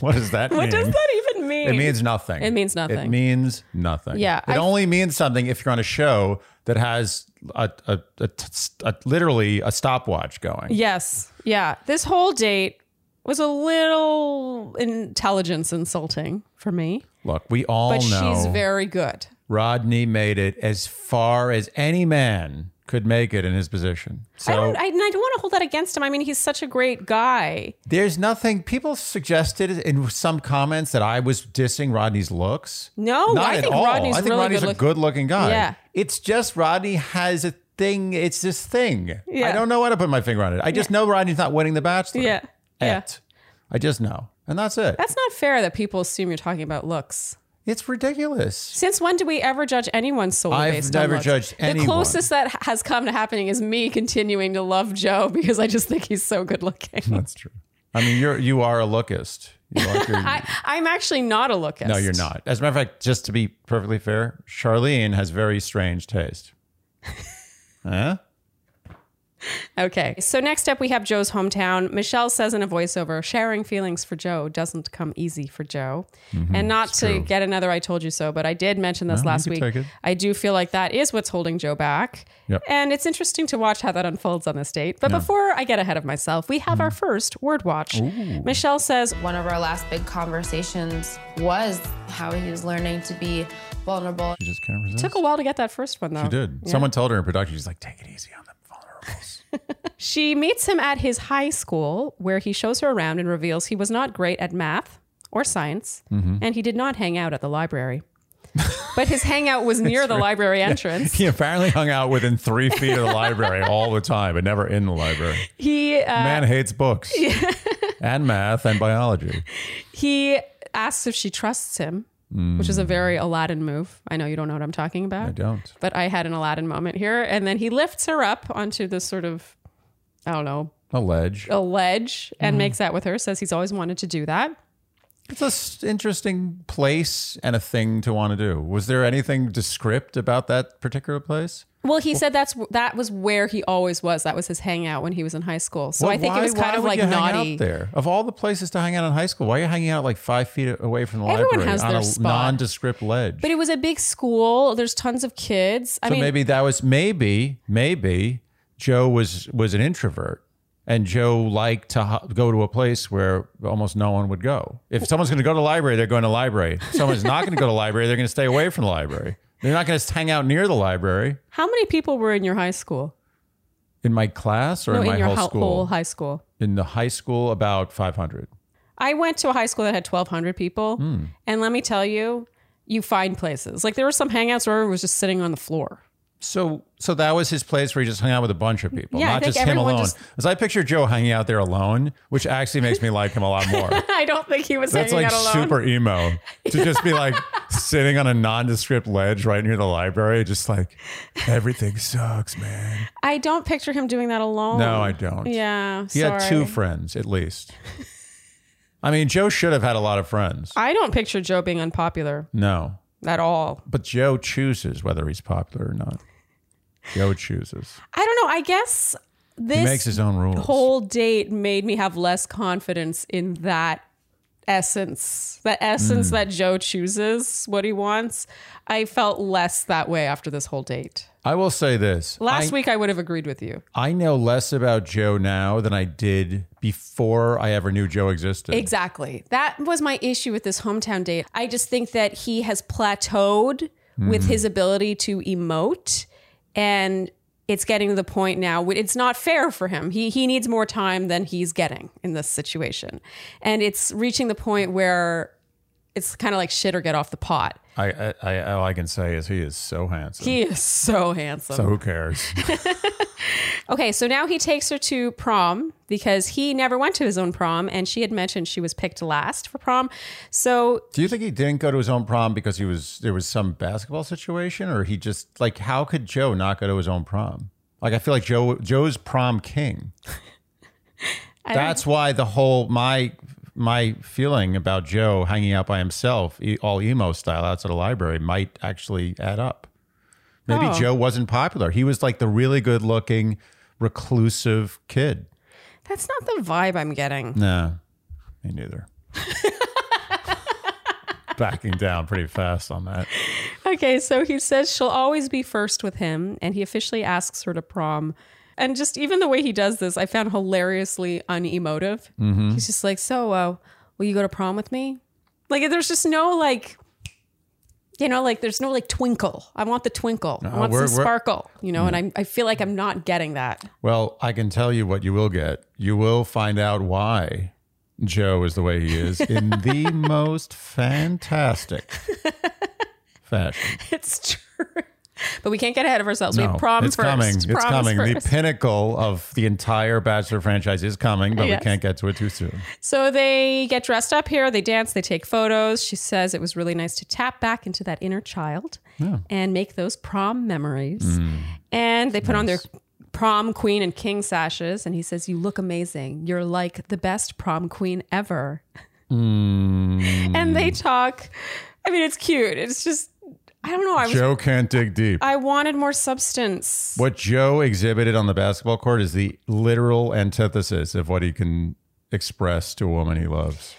what does that What mean? does that even mean? It means nothing. It means nothing. It means nothing. Yeah, It I- only means something if you're on a show that has a, a, a t- a- literally a stopwatch going. Yes. Yeah. This whole date was a little intelligence insulting for me, Look, we all but know she's very good. Rodney made it as far as any man could make it in his position. I So don't, I, and I don't want to hold that against him. I mean, he's such a great guy. there's nothing. People suggested in some comments that I was dissing Rodney's looks. No, Not Oh, I at think all. Rodney's I think really Rodney's good a look- good looking guy. Yeah. It's just Rodney has a thing. It's this thing. I Yeah. don't know how to put my finger on it. I just know Rodney's not winning the bachelor. Yeah. Yeah. Et. I just know. And that's it. That's not fair that people assume you're talking about looks. it's ridiculous. Since when do we ever judge anyone solely I've based on never looks? judged anyone. The closest that has come to happening is me continuing to love Joe because I just think he's so good looking. That's true. I mean, you're you are a lookist. You like your, I, I'm actually not a lookist. no, you're not. As a matter of fact, just to be perfectly fair, Charlene has very strange taste. huh? Okay. So next up, we have Joe's hometown. Michelle says in a voiceover, sharing feelings for Joe doesn't come easy for Joe. and not to Mm-hmm. true. get another I told you so, but I did mention this No, you last can week. take it. I do feel like that is what's holding Joe back. Yep. And it's interesting to watch how that unfolds on this date. But before I get ahead of myself, we have Mm. our first word watch. Michelle says, One of our last big conversations was how he was learning to be vulnerable. You just can't resist. took a while to get that first one though. She did. Someone told her in production, she's like, take it easy on them vulnerables. She meets him at his high school where he shows her around and reveals he was not great at math or science Mm-hmm. and he did not hang out at the library. but his hangout was near the library entrance. he apparently hung out within three feet of the library all the time, but never in the library. He uh, Man hates books and math and biology. he asks if she trusts him, which is a very Aladdin move. I know you don't know what I'm talking about. Mm. I don't. But I had an Aladdin moment here and then he lifts her up onto this sort of I don't know, A ledge. a ledge Mm-hmm. and makes out with her, says he's always wanted to do that. It's an interesting place and a thing to want to do. Was there anything descript about that particular place? Well, he said that's that was where he always was. That was his hangout when he was in high school. So I think it was kind of would like you hang naughty. out there. Of all the places to hang out in high school, why are you hanging out like five feet away from the Everyone library has on their a spot. nondescript ledge? But it was a big school. There's tons of kids. I So mean, maybe that was maybe maybe Joe was was an introvert and Joe liked to ho- go to a place where almost no one would go. If someone's going to go to the library, they're going to the library. If someone's not going to go to the library, they're going to stay away from the library. They're not going to hang out near the library how many people were in your high school? in my class or No, in my in your whole ho- school. whole high school. in the high school about 500. I went to a high school that had 1,200 people, Hmm. and let me tell you, you find places. Like there were some hangouts where everyone was just sitting on the floor. So, so that was his place where he just hung out with a bunch of people, Yeah, I not think just him everyone alone. just- Because I picture Joe hanging out there alone, which actually makes me like him a lot more. I don't think he was That's hanging like out alone. super emo to just be like sitting on a nondescript ledge right near the library, just like everything sucks, man. I don't picture him doing that alone. No, I don't. Yeah, He sorry. had two friends at least. I mean, Joe should have had a lot of friends. I don't picture Joe being unpopular No, at all. but Joe chooses whether he's popular or not. Joe chooses. I don't know. I guess He this makes his own rules. whole date made me have less confidence in that essence, that essence Hmm. that Joe chooses what he wants. I felt less that way after this whole date. I will say this. Last I, week, I would have agreed with you. I know less about Joe now than I did before I ever knew Joe existed. Exactly. That was my issue with this hometown date. I just think that he has plateaued with his ability to emote and it's getting to the point now wh- it's not fair for him. He he needs more time than he's getting in this situation. And it's reaching the point where it's kind of like shit or get off the pot. I, I, I, all I can say is he is so handsome. He is so handsome. so who cares? Okay, so now he takes her to prom because he never went to his own prom and she had mentioned she was picked last for prom. So Do you think he didn't go to his own prom because he was there was some basketball situation, or he just like how could Joe not go to his own prom? Like I feel like Joe Joe's prom king. That's why the whole my my feeling about Joe hanging out by himself, e- all emo style outside a library, might actually add up. Maybe Oh. Joe wasn't popular. He was like the really good looking, reclusive kid. That's not the vibe I'm getting. No, me neither. Backing down pretty fast on that. Okay, so he says she'll always be first with him, and he officially asks her to prom. And just even the way he does this, I found hilariously unemotive. Mm-hmm. He's just like, "So, uh, will you go to prom with me?" Like, there's just no like, you know, like there's no like twinkle. I want the twinkle. I want we're- some we're- Mm. sparkle, you know. And I'm, I feel like I'm not getting that. Well, I can tell you what you will get. You will find out why Joe is the way he is in the most fantastic fashion. It's true, but we can't get ahead of ourselves. we No, have prom it's first. coming. it's Prom is coming. first. The pinnacle of the entire Bachelor franchise is coming, but Yes. we can't get to it too soon. So they get dressed up here, they dance, they take photos. She says it was really nice to tap back into that inner child and make those prom memories. And they put on their prom queen and king sashes. And he says, You look amazing. You're like the best prom queen ever. Hmm, And they talk. I mean, it's cute. It's just, I don't know. I was. Joe can't dig deep. I wanted more substance. What Joe exhibited on the basketball court is the literal antithesis of what he can express to a woman he loves.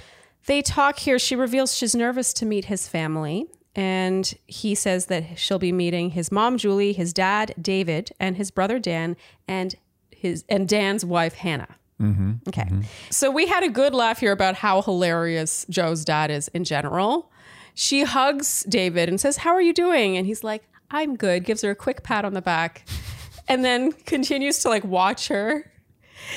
They talk here. She reveals she's nervous to meet his family. And he says that she'll be meeting his mom, Julie, his dad, David, and his brother, Dan, and his and Dan's wife, Hannah. Mm-hmm, okay. So we had a good laugh here about how hilarious Joe's dad is in general. She hugs David and says, How are you doing? And he's like, I'm good, gives her a quick pat on the back, and then continues to like watch her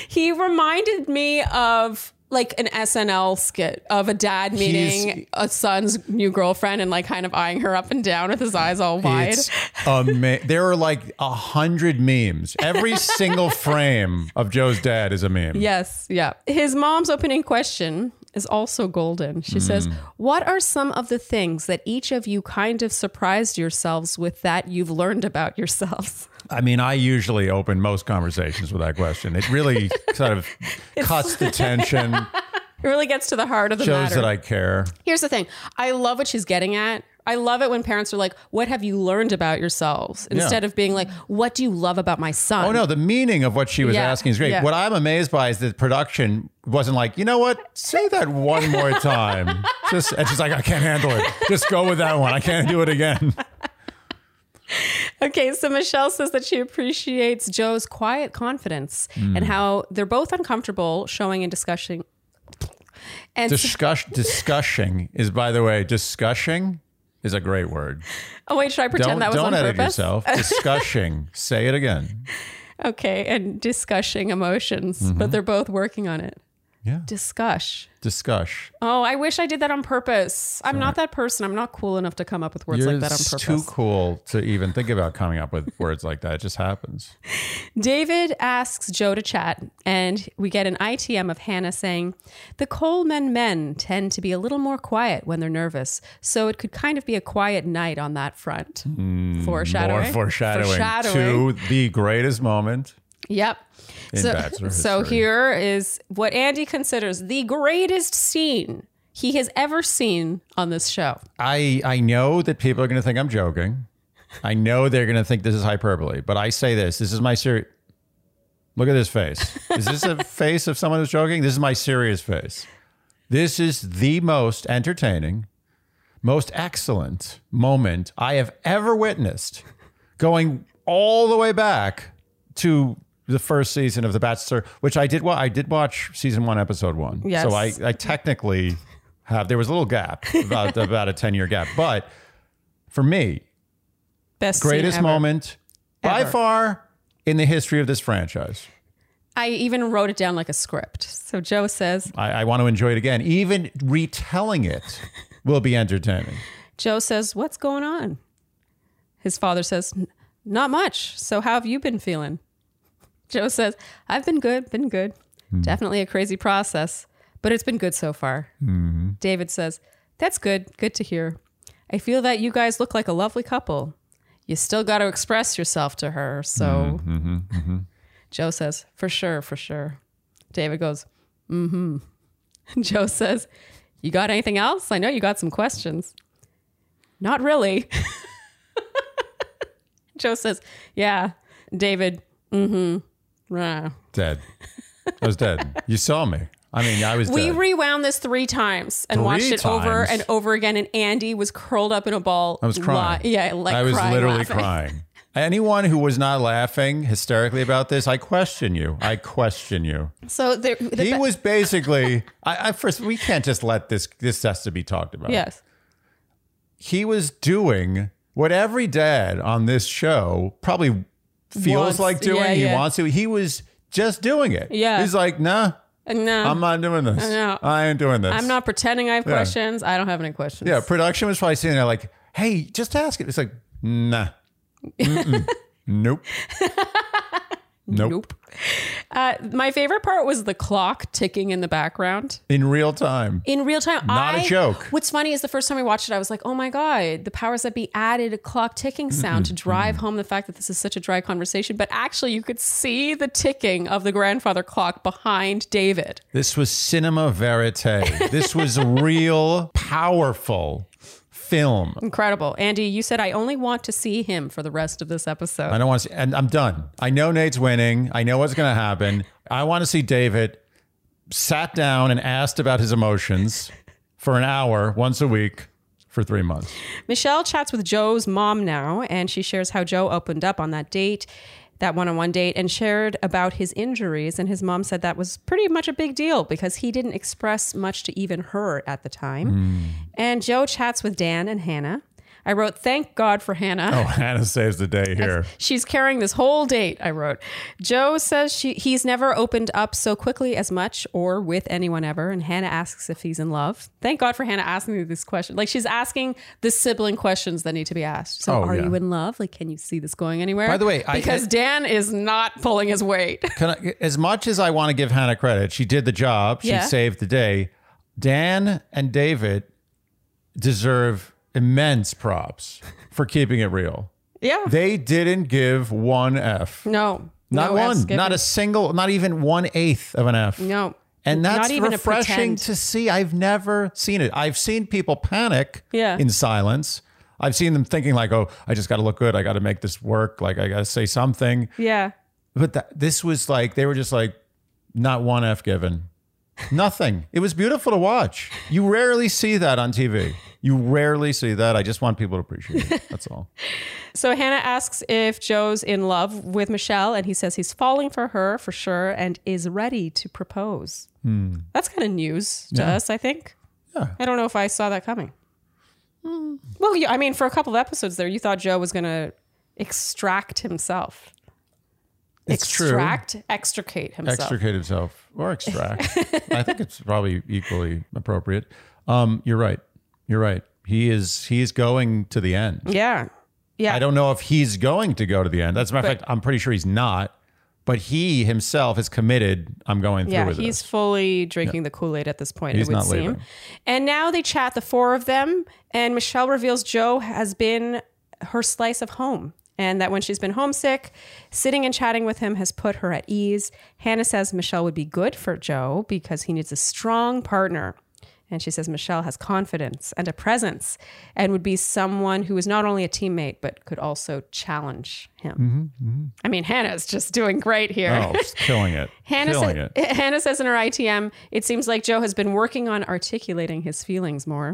he reminded me of like an SNL skit of a dad meeting He's- a son's new girlfriend and like kind of eyeing her up and down with his eyes all wide. It's ama- there are like a hundred memes. Every single frame of Joe's dad is a meme. yes, yeah. His mom's opening question is also golden. Hmm. She says, "What are some of the things that each of you kind of surprised yourselves with that you've learned about yourselves?" I mean, I usually open most conversations with that question. It really sort of cuts the tension, It really gets to the heart of the shows matter. that I care. Here's the thing. I love what she's getting at. I love it when parents are like, "What have you learned about yourselves?" instead of being like, "What do you love about my son?" Oh no, the meaning of what she was Yeah, asking is great. yeah. What I'm amazed by is that production wasn't like, you know what, say that one more time. Just and she's like, I can't handle it. Just go with that one. I can't do it again. Okay, so Michelle says that she appreciates Joe's quiet confidence Hmm. and how they're both uncomfortable showing and discussing. And Discuss discussing is by the way, discussing is a great word. oh wait, should I don't pretend that was don't on edit purpose? yourself. Discussing. Say it again. Okay, and discussing emotions, but they're both working on it. Mm-hmm. Yeah. Discuss. Discuss. Oh, I wish I did that on purpose. I'm not that person. I'm not cool enough to come up with words You're like that on purpose. too cool to even think about coming up with words like that. It just happens. David asks Joe to chat, and we get an ITM of Hannah saying, The Coleman men tend to be a little more quiet when they're nervous, so it could kind of be a quiet night on that front. foreshadowing. Hmm, More foreshadowing, Foreshadowing. to the greatest moment. Yep. In so, Bachelor so history. here is what Andy considers the greatest scene he has ever seen on this show. I I know that people are going to think I'm joking. I know they're going to think this is hyperbole, but I say this. This is my serious. Look at this face. Is this a face of someone who's joking? This is my serious face. This is the most entertaining, most excellent moment I have ever witnessed, going all the way back to the first season of The Bachelor, which I did. Wa- I did watch season one, episode one. Yes. So I, I technically have. There was a little gap, about about a ten year gap, but for me, Best scene greatest ever. moment by Ever. far in the history of this franchise. I even wrote it down like a script. So Joe says, I, I want to enjoy it again. Even retelling it will be entertaining. Joe says, What's going on? His father says, "N- Not much. So, how have you been feeling? Joe says, I've been good, been good. Definitely a crazy process, but it's been good so far. David says, That's good. Good to hear. I feel that you guys look like a lovely couple. You still got to express yourself to her. So, Joe says, For sure, for sure. David goes, Mm hmm. Joe says, You got anything else? I know you got some questions. Not really. Joe says, Yeah. David, mm hmm. Dead. I was dead. You saw me. I mean, I was We dead. rewound this three times and Three watched it over times? and over again. And Andy was curled up in a ball. I was crying. yeah, like I was crying, literally laughing. crying. Anyone who was not laughing hysterically about this, I question you. I question you. So there, the He be- was basically. I, I first. We can't just let this. This has to be talked about. yes, he was doing what every dad on this show probably feels Wants- like doing. yeah, he yeah. wants to. He was just doing it. Yeah. He's like, nah, no, I'm not I'm, doing this. know. I ain't doing this. uh, not pretending I have questions. I don't have any questions. Yeah, production was probably sitting there like, hey, just ask it. It's like, nah. Mm-mm. nope. nope. nope. Uh, my favorite part was the clock ticking in the background. In real time. in real time. Not a a joke. What's funny is the first time we watched it, I was like, oh my God, the powers that be added a clock ticking sound to drive home the fact that this is such a dry conversation. But actually, you could see the ticking of the grandfather clock behind David. This was cinema verite. This was real, powerful film. Incredible. Andy, you said, I only want to see him for the rest of this episode. I don't want to see, and I'm done. I know Nate's winning. I know what's going to happen. I want to see David sat down and asked about his emotions for an hour once a week for three months. Michelle chats with Joe's mom now, and she shares how Joe opened up on that date, that one on one date, and shared about his injuries. And his mom said that was pretty much a big deal because he didn't express much to even her at the time. And Joe chats with Dan and Hannah. I wrote, Thank God for Hannah. Oh, Hannah saves the day here. She's carrying this whole date, I wrote. Joe says she he's never opened up so quickly as much or with anyone ever. And Hannah asks if he's in love. Thank God for Hannah asking me this question. Like she's asking the sibling questions that need to be asked. So Oh, are yeah. you in love? Like, can you see this going anywhere? By the way, I- because I- Dan is not pulling his weight. Can I, as much as I want to give Hannah credit, she did the job. She Yeah. saved the day. Dan and David deserve immense props for keeping it real. yeah. They didn't give one F. no. Not No one. F's given. Not a single, not even one eighth of an F. No. And that's Not even a refreshing pretend. to see. I've never seen it. I've seen people panic Yeah. in silence. I've seen them thinking like, "Oh, I just got to look good. I got to make this work. Like I got to say something." Yeah. But th- this was like they were just like not one f given. Nothing. It was beautiful to watch. You rarely see that on TV. You rarely see that. I just want people to appreciate it. That's all. So Hannah asks if Joe's in love with Michelle, and he says he's falling for her for sure and is ready to propose. That's kind of news to us, I think. Hmm. Yeah. I don't know if I saw that coming. Well, you, I mean, for a couple of episodes there, you thought Joe was going to extract himself. It's true. extract, extricate himself. extricate himself or extract. I think it's probably equally appropriate. Um, you're right. You're right. He is he is going to the end. Yeah. Yeah. I don't know if he's going to go to the end. That's a matter of fact, I'm pretty sure he's not. But he himself is committed. I'm going through yeah, with he's this. fully drinking the Kool Aid at this point, He's it would not seem. leaving. And now they chat, the four of them, and Michelle reveals Joe has been her slice of home. And that when she's been homesick, sitting and chatting with him has put her at ease. Hannah says Michelle would be good for Joe because he needs a strong partner. And she says Michelle has confidence and a presence and would be someone who is not only a teammate, but could also challenge him. I mean, Hannah's just doing great here. Mm-hmm, Oh, he's killing it. Hannah, killing sa- it. Hannah says in her ITM, it seems like Joe has been working on articulating his feelings more.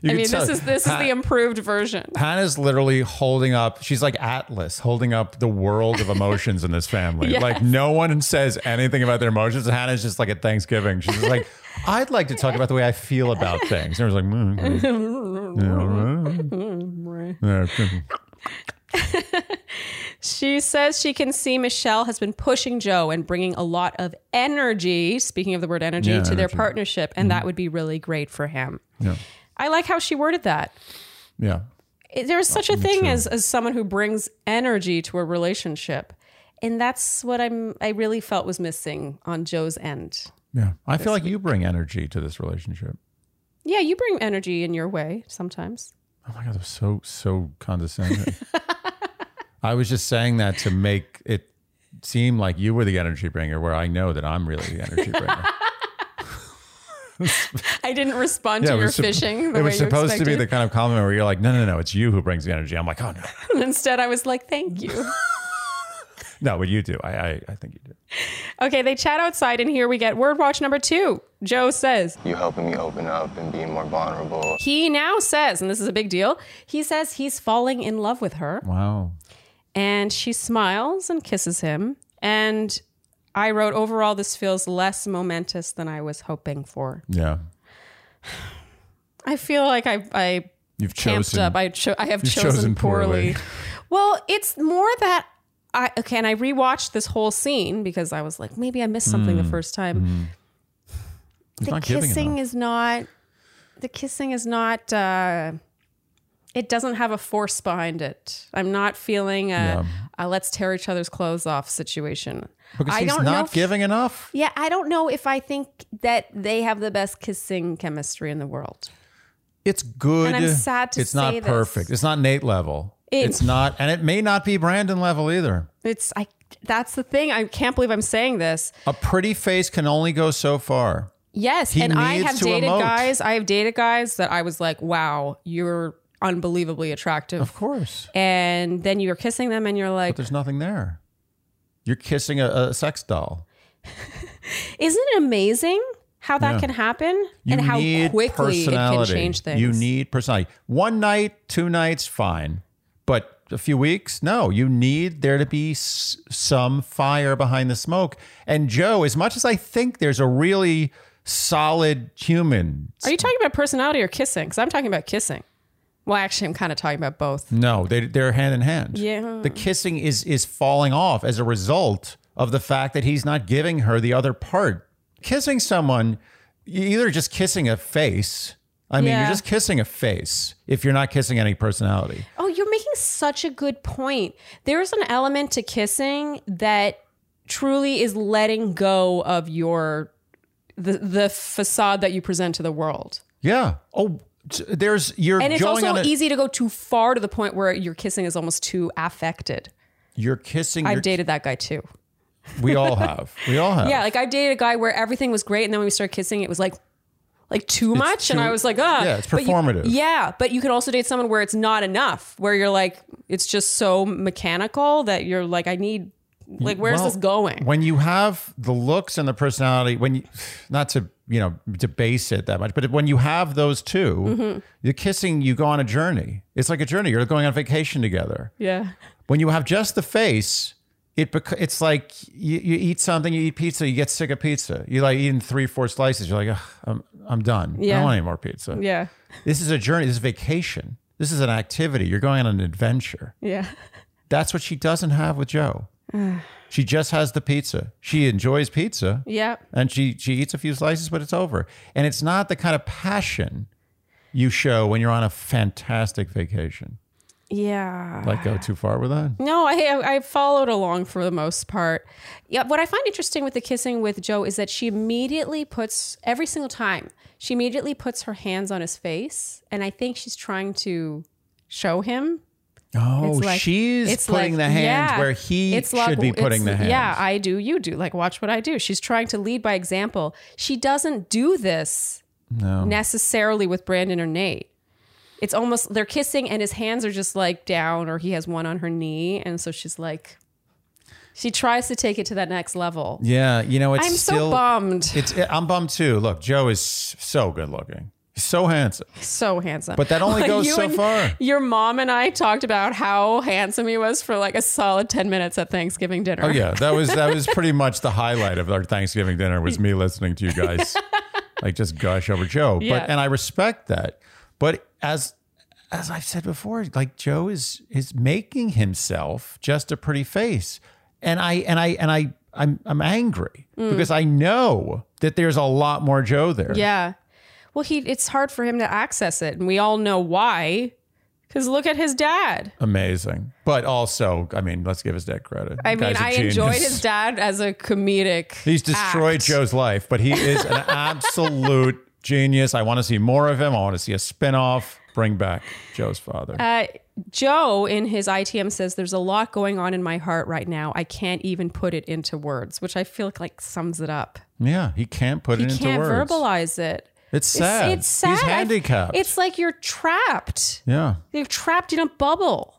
You I can mean, tell- this is this is the improved version. Hannah's literally holding up, she's like Atlas, holding up the world of emotions in this family. Yes. Like, no one says anything about their emotions. And Hannah's just like at Thanksgiving. She's just like, I'd like to talk about the way I feel about things. And everyone's like, "Mm, okay." Yeah, okay. She says she can see Michelle has been pushing Joe and bringing a lot of energy, speaking of the word energy, Yeah, to their energy. Mm-hmm. partnership, and that would be really great for him. yeah. I like how she worded that. Yeah. It- There is such a thing as, as someone who brings energy to a relationship. And that's what I'm I really felt was missing on Joe's end. Yeah. I feel like you bring energy to this relationship. Yeah, you bring energy in your way sometimes. Oh my God, that was so, so condescending. I was just saying that to make it seem like you were the energy bringer, where I know that I'm really the energy bringer. I didn't respond to it your was sup- fishing the it way was you supposed to be expected. the kind of compliment where you're like, no, no, no, it's you who brings the energy. I'm like, oh no, Instead, I was like, thank you. no, but you do. I, I, I think you do. okay, they chat outside, and here we get word watch number two. Joe says, you helping me open up and being more vulnerable. he now says, and this is a big deal, he says he's falling in love with her. Wow. And she smiles and kisses him. And I wrote, overall, this feels less momentous than I was hoping for. Yeah, I feel like I, I you've camped chosen. up. I cho- I have chosen, chosen poorly. poorly. well, it's more that I okay, and I rewatched this whole scene because I was like, maybe I missed something the first time. The Hmm. not giving kissing enough. is not. The kissing is not. Uh, it doesn't have a force behind it. I'm not feeling a, a let's tear each other's clothes off situation. because I he's don't know not if- giving enough. Yeah, I don't know if I think that they have the best kissing chemistry in the world. It's good. And I'm sad to It's say not this. perfect. It's not Nate level. It- it's not, and it may not be Brandon level either. It's I. That's the thing. I can't believe I'm saying this. A pretty face can only go so far. Yes, He and I needs have to dated emote. guys. I have dated guys that I was like, "Wow, you're unbelievably attractive," Of course, and then you're kissing them, and you're like, there's nothing there. You're kissing a, a sex doll. "Isn't it amazing how that Yeah. can happen and how quickly it can personality. change things?" You need personality. One night, two nights, fine, but a few weeks, no. You need there to be s- some fire behind the smoke. And Joe, as much as I think there's a really solid human, Are you talking about personality or kissing? Because I'm talking about kissing. Well, actually, I'm kind of talking about both. no, they they're hand in hand. Yeah. the kissing is is falling off as a result of the fact that he's not giving her the other part. Kissing someone, you're either just kissing a face. I mean, Yeah. you're just kissing a face if you're not kissing any personality. Oh, you're making such a good point. There is an element to kissing that truly is letting go of your the the facade that you present to the world. Yeah. Oh, t- there's you're And it's going also on a, easy to go too far to the point where your kissing is almost too affected. you're kissing. I've your- dated that guy too. we all have. We all have. Yeah, like I've dated a guy where everything was great, and then when we started kissing, it was like, like too much, and too- I was like, ah. Yeah, it's But you- performative. yeah, but you can also date someone where it's not enough, where you're like, it's just so mechanical that you're like, I need, like, where's Well, this going? When you have the looks and the personality, when you, not to you know debase it that much, but when you have those 2 Mm-hmm. you're kissing. You go on a journey. It's like a journey. You're going on vacation together. yeah. When you have just the face, it bec- it's like you, you eat something. You eat pizza. You get sick of pizza. You like eating three, four slices. You're like, "Ugh, I'm I'm done. I Yeah. don't want any more pizza. Yeah. This is a journey. This is vacation. This is an activity. You're going on an adventure. Yeah. That's what she doesn't have with Joe. she just has the pizza. She enjoys pizza. Yeah. And she she eats a few slices, but it's over. And it's not the kind of passion you show when you're on a fantastic vacation. Yeah. Like go too far with that? No, I I followed along for the most part. Yeah, what I find interesting with the kissing with Joe is that she immediately puts every single time she immediately puts her hands on his face, and I think she's trying to show him. Oh, It's like- she's it's putting like- the hands yeah. where he It's should like- be putting it's- the hands. Yeah, I do, you do. Like, watch what I do. She's trying to lead by example. She doesn't do this no. necessarily with Brandon or Nate. It's almost they're kissing and his hands are just like down or he has one on her knee and so she's like she tries to take it to that next level. Yeah, you know it's I'm still so bummed. It's eh, I'm bummed too. Look, Joe is so good looking. He's so handsome. so handsome. But that only goes you so and- far. Your mom and I talked about how handsome he was for like a solid 10 minutes at Thanksgiving dinner. Oh yeah, that was that was pretty much the highlight of our Thanksgiving dinner was me listening to you guys like just gush over Joe. Yeah. But and I respect that. But as as I've said before, like Joe is is making himself just a pretty face. And I and I and I I'm I'm angry because I know that there's a lot more Joe there. Mm. Yeah. Well, he it's hard for him to access it and we all know why. Cuz look at his dad. Amazing. But also, I mean, let's give his dad credit. I The mean, guy's a I enjoyed genius. his dad as a comedic. He's destroyed act. Joe's life, but he is an absolute genius. I want to see more of him. I want to see a spinoff. Bring back Joe's father. Uh, Joe in his ITM says, There's a lot going on in my heart right now. I can't even put it into words, which I feel like sums it up. yeah, he can't put He it into can't words. verbalize it. It's sad. It's, it's sad. He's I- handicapped. It's like you're trapped. yeah. You're trapped in a bubble.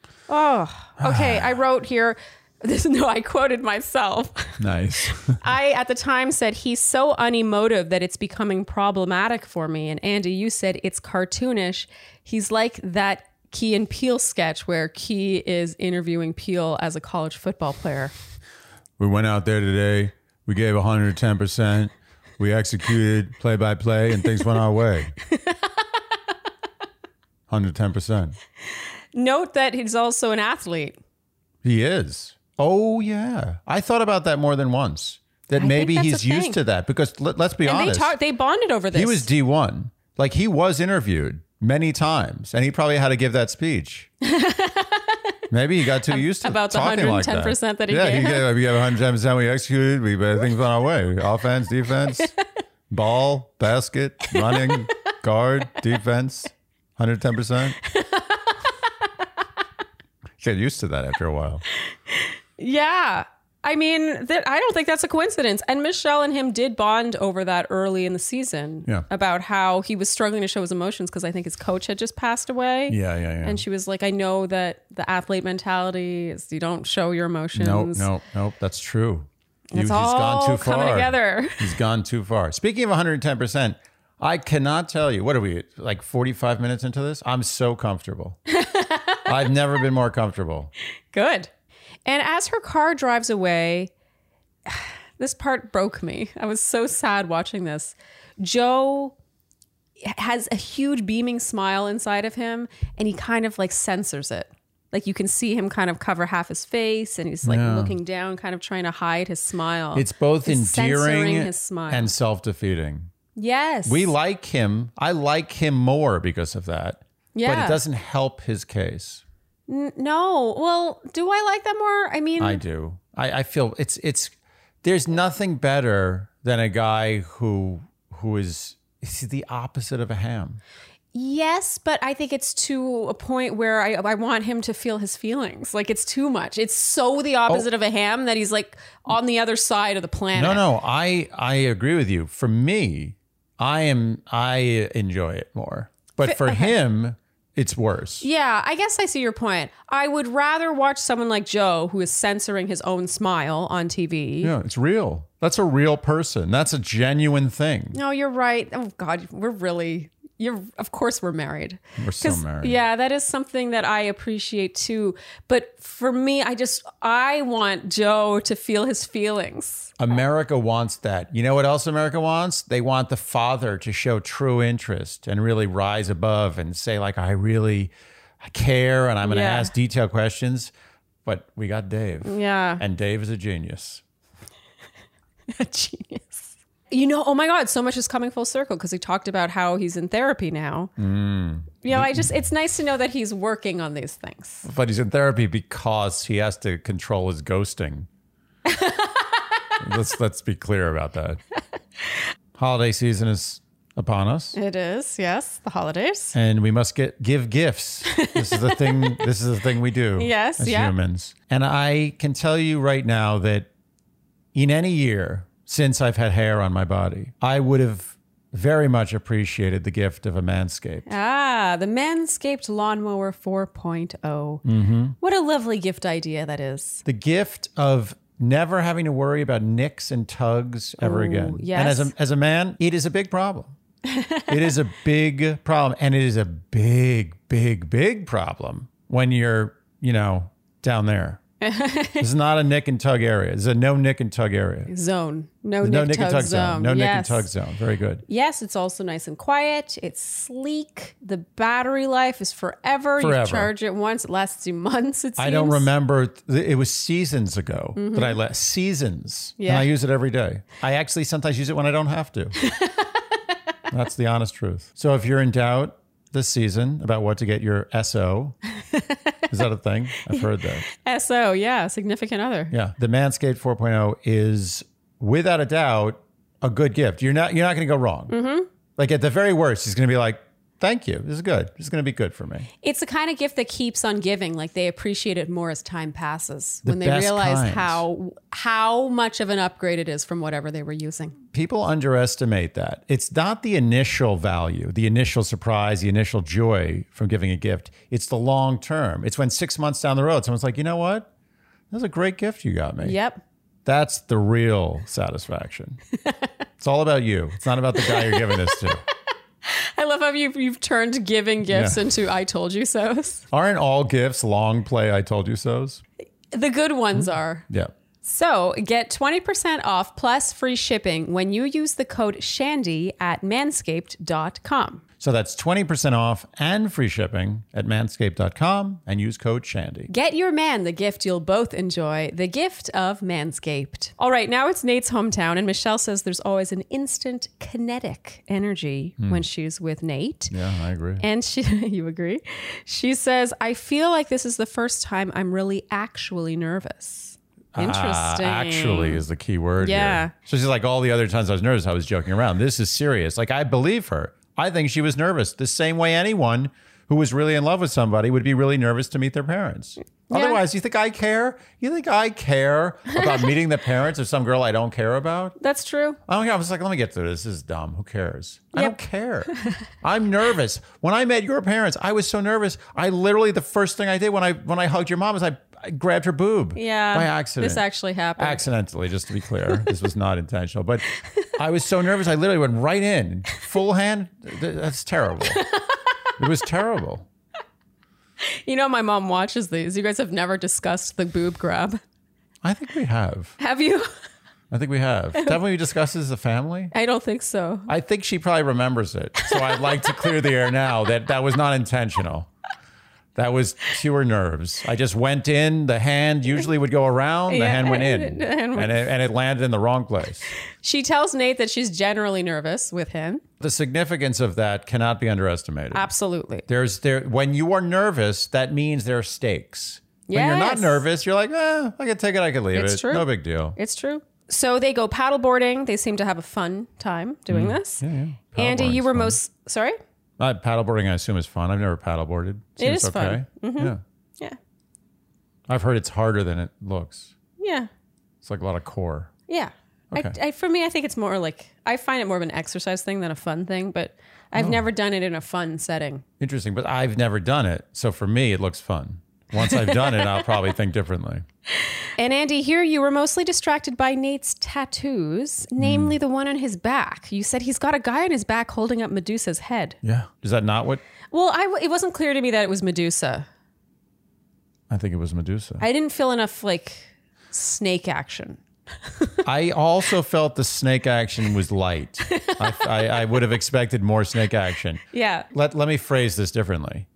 Oh, okay. I wrote here. This no, I quoted myself. Nice. I at the time said he's so unemotive that it's becoming problematic for me. And Andy, you said it's cartoonish. He's like that Key and Peel sketch where Key is interviewing Peel as a college football player. we went out there today. We gave 110%. We executed play by play and things went our way. 110%. Note that he's also an athlete. He is. Oh yeah, I thought about that more than once. That think maybe that's he's a used thing. to that because let, us be And honest, they talked they bonded over this. he was D one. Like he was interviewed many times, and he probably had to give that speech. maybe he got too used to About the talking like 110% that he yeah, gave. he gave. We gave 110 percent. We executed. We uh, things went our way. Offense, defense, ball, basket, running, guard, defense, 110 percent. Get used to that after a while. Yeah. I mean, that I don't think that's a coincidence. And Michelle and him did bond over that early in the season Yeah. about how he was struggling to show his emotions because I think his coach had just passed away. Yeah, yeah, yeah. And she was like, I know that the athlete mentality is you don't show your emotions. Nope, nope, nope. That's true. You- It's all coming together. He's gone too far. Speaking of 110%, I cannot tell you. What are we, like 45 minutes into this? I'm so comfortable. I've never been more comfortable. Good. And as her car drives away, this part broke me. I was so sad watching this. Joe has a huge beaming smile inside of him and he kind of like censors it. Like you can see him kind of cover half his face and he's like Yeah. looking down, kind of trying to hide his smile. It's both He's endearing censoring his smile. and self defeating. yes. We like him. I like him more because of that. But Yeah. it doesn't help his case. N- no. Well, do I like them more? I mean, I do. I, I feel it's it's there's nothing better than a guy who who is it's the opposite of a ham. Yes, but I think it's to a point where I, I want him to feel his feelings. Like it's too much. It's so the opposite of a ham that he's like on the other side of the planet. Oh. No, no, I I agree with you. For me, I am I enjoy it more. But for him, it's worse. Yeah, I guess I see your point. I would rather watch someone like Joe who is censoring his own smile on TV. Yeah, it's real. That's a real person. That's a genuine thing. No, you're right. Oh God, we're really you're of course we're married. We're so 'Cause, married. Yeah, that is something that I appreciate too. But for me, I just I want Joe to feel his feelings. America wants that. You know what else America wants? They want the father to show true interest and really rise above and say, like, I really I care and I'm going to Yeah. ask detailed questions. but we got Dave. Yeah. And Dave is a genius. Genius. You know, oh my God, so much is coming full circle because he talked about how he's in therapy now. Mm. You know, I just, it's nice to know that he's working on these things. But he's in therapy because he has to control his ghosting. let's let's be clear about that. Holiday season is upon us. It is, yes, the holidays. and we must get give gifts. This is the thing. this is the thing we do. Yes, as yeah. humans. And I can tell you right now that in any year since I've had hair on my body, I would have very much appreciated the gift of a manscape. Ah, the Manscaped Lawnmower 4.0. Mm-hmm. What a lovely gift idea that is. The gift of never having to worry about nicks and tugs ever again. And as yes. a, as a man, it is a big problem. it is a big problem. And it is a big, big, big problem when you're, you know, down there. this is not a nick and tug area. It's a no nick and tug area. Zone. No, no nick, tug, zone. No nick and Yes. tug zone. Very good. Yes, it's also nice and quiet. It's sleek. The battery life is forever. Forever. You charge it once, it lasts you months. It seems. Mm-hmm. I don't remember. th- It was seasons ago that I let seasons. And Yeah. I use it every day. I actually sometimes use it when I don't have to. That's the honest truth. So if you're in doubt this season about what to get your SO, is that a thing? I've heard that. SO, yeah, significant other. Yeah. The Manscaped 4.0 is without a doubt a good gift. You're not you're not going to go wrong. Mm-hmm. Like at the very worst, he's going to be like, "Thank you. This is good. This is going to be good for me." It's the kind of gift that keeps on giving. Like they appreciate it more as time passes when they best realize kind. how how much of an upgrade it is from whatever they were using. people underestimate that. It's not the initial value, the initial surprise, the initial joy from giving a gift. It's the long term. It's when six months down the road, someone's like, you know what? That was a great gift you got me. Yep. That's the real satisfaction. it's all about you. It's not about the guy you're giving this to. I love how you've, you've turned giving gifts Yeah. into I told you so's. Aren't all gifts long play I told you so's? The good Hmm. ones are. Yeah. So get 20% off plus free shipping when you use the code SHANDY at manscaped.com. So that's 20% off and free shipping at manscaped.com and use code Shandy. Get your man the gift you'll both enjoy the gift of Manscaped. All right, now it's Nate's hometown, and Michelle says there's always an instant kinetic energy when she's with Nate. Hmm. Yeah, I agree. And she, you agree? She says, I feel like this is the first time I'm really actually nervous. Interesting. Ah, actually is the key word. here. Yeah. So she's like, all the other times I was nervous, I was joking around. This is serious. Like, I believe her. I think she was nervous the same way anyone who was really in love with somebody would be really nervous to meet their parents. Otherwise, you think I care? You think I care about meeting the parents of some girl I don't care about? That's true. I don't care. I was like, let me get through this. This is dumb. Who cares? I don't care. I'm nervous. When I met your parents, I was so nervous. I literally the first thing I did when I when I hugged your mom is I, I grabbed her boob. Yeah. By accident. This actually happened. Accidentally, just to be clear, this was not intentional. But I was so nervous, I literally went right in, full hand. Th- That's terrible. It was terrible. You know, my mom watches these. You guys have never discussed the boob grab. I think we have. Have you? I think we have. Haven't we discussed this as a family? I don't think so. I think she probably remembers it. So I'd like to clear the air now that that was not intentional. That was pure nerves. I just went in. The hand usually would go around. The Yeah, hand went in, and- and- and it, and it landed in the wrong place. She tells Nate that she's generally nervous with him. The significance of that cannot be underestimated. Absolutely. There's there when you are nervous, that means there are stakes. When you're not Yes. nervous, you're like, eh, I could take it, I could leave It's it. true. No big deal. It's true. So they go paddleboarding. They seem to have a fun time doing Mm. this. Andy, you Paddleboarding's were fun. most sorry? Uh, paddleboarding, I assume, is fun. I've never paddleboarded. It Seems is fun. Mm-hmm. Yeah, Yeah. I've heard it's harder than it looks. Yeah. It's like a lot of core. Yeah. Okay. I, I, for me, I think it's more like I find it more of an exercise thing than a fun thing, but Oh. I've never done it in a fun setting. Interesting, but I've never done it, so for me, it looks fun. Once I've done it, I'll probably think differently. And Andy, here you were mostly distracted by Nate's tattoos, namely the one on his back. You said he's got a guy on his back holding up Medusa's head. Yeah, is that not what? Well, I w- it wasn't clear to me that it was Medusa. I think it was Medusa. I didn't feel enough like snake action. I also felt the snake action was light. I, I, I would have expected more snake action. Yeah. Let, let me phrase this differently.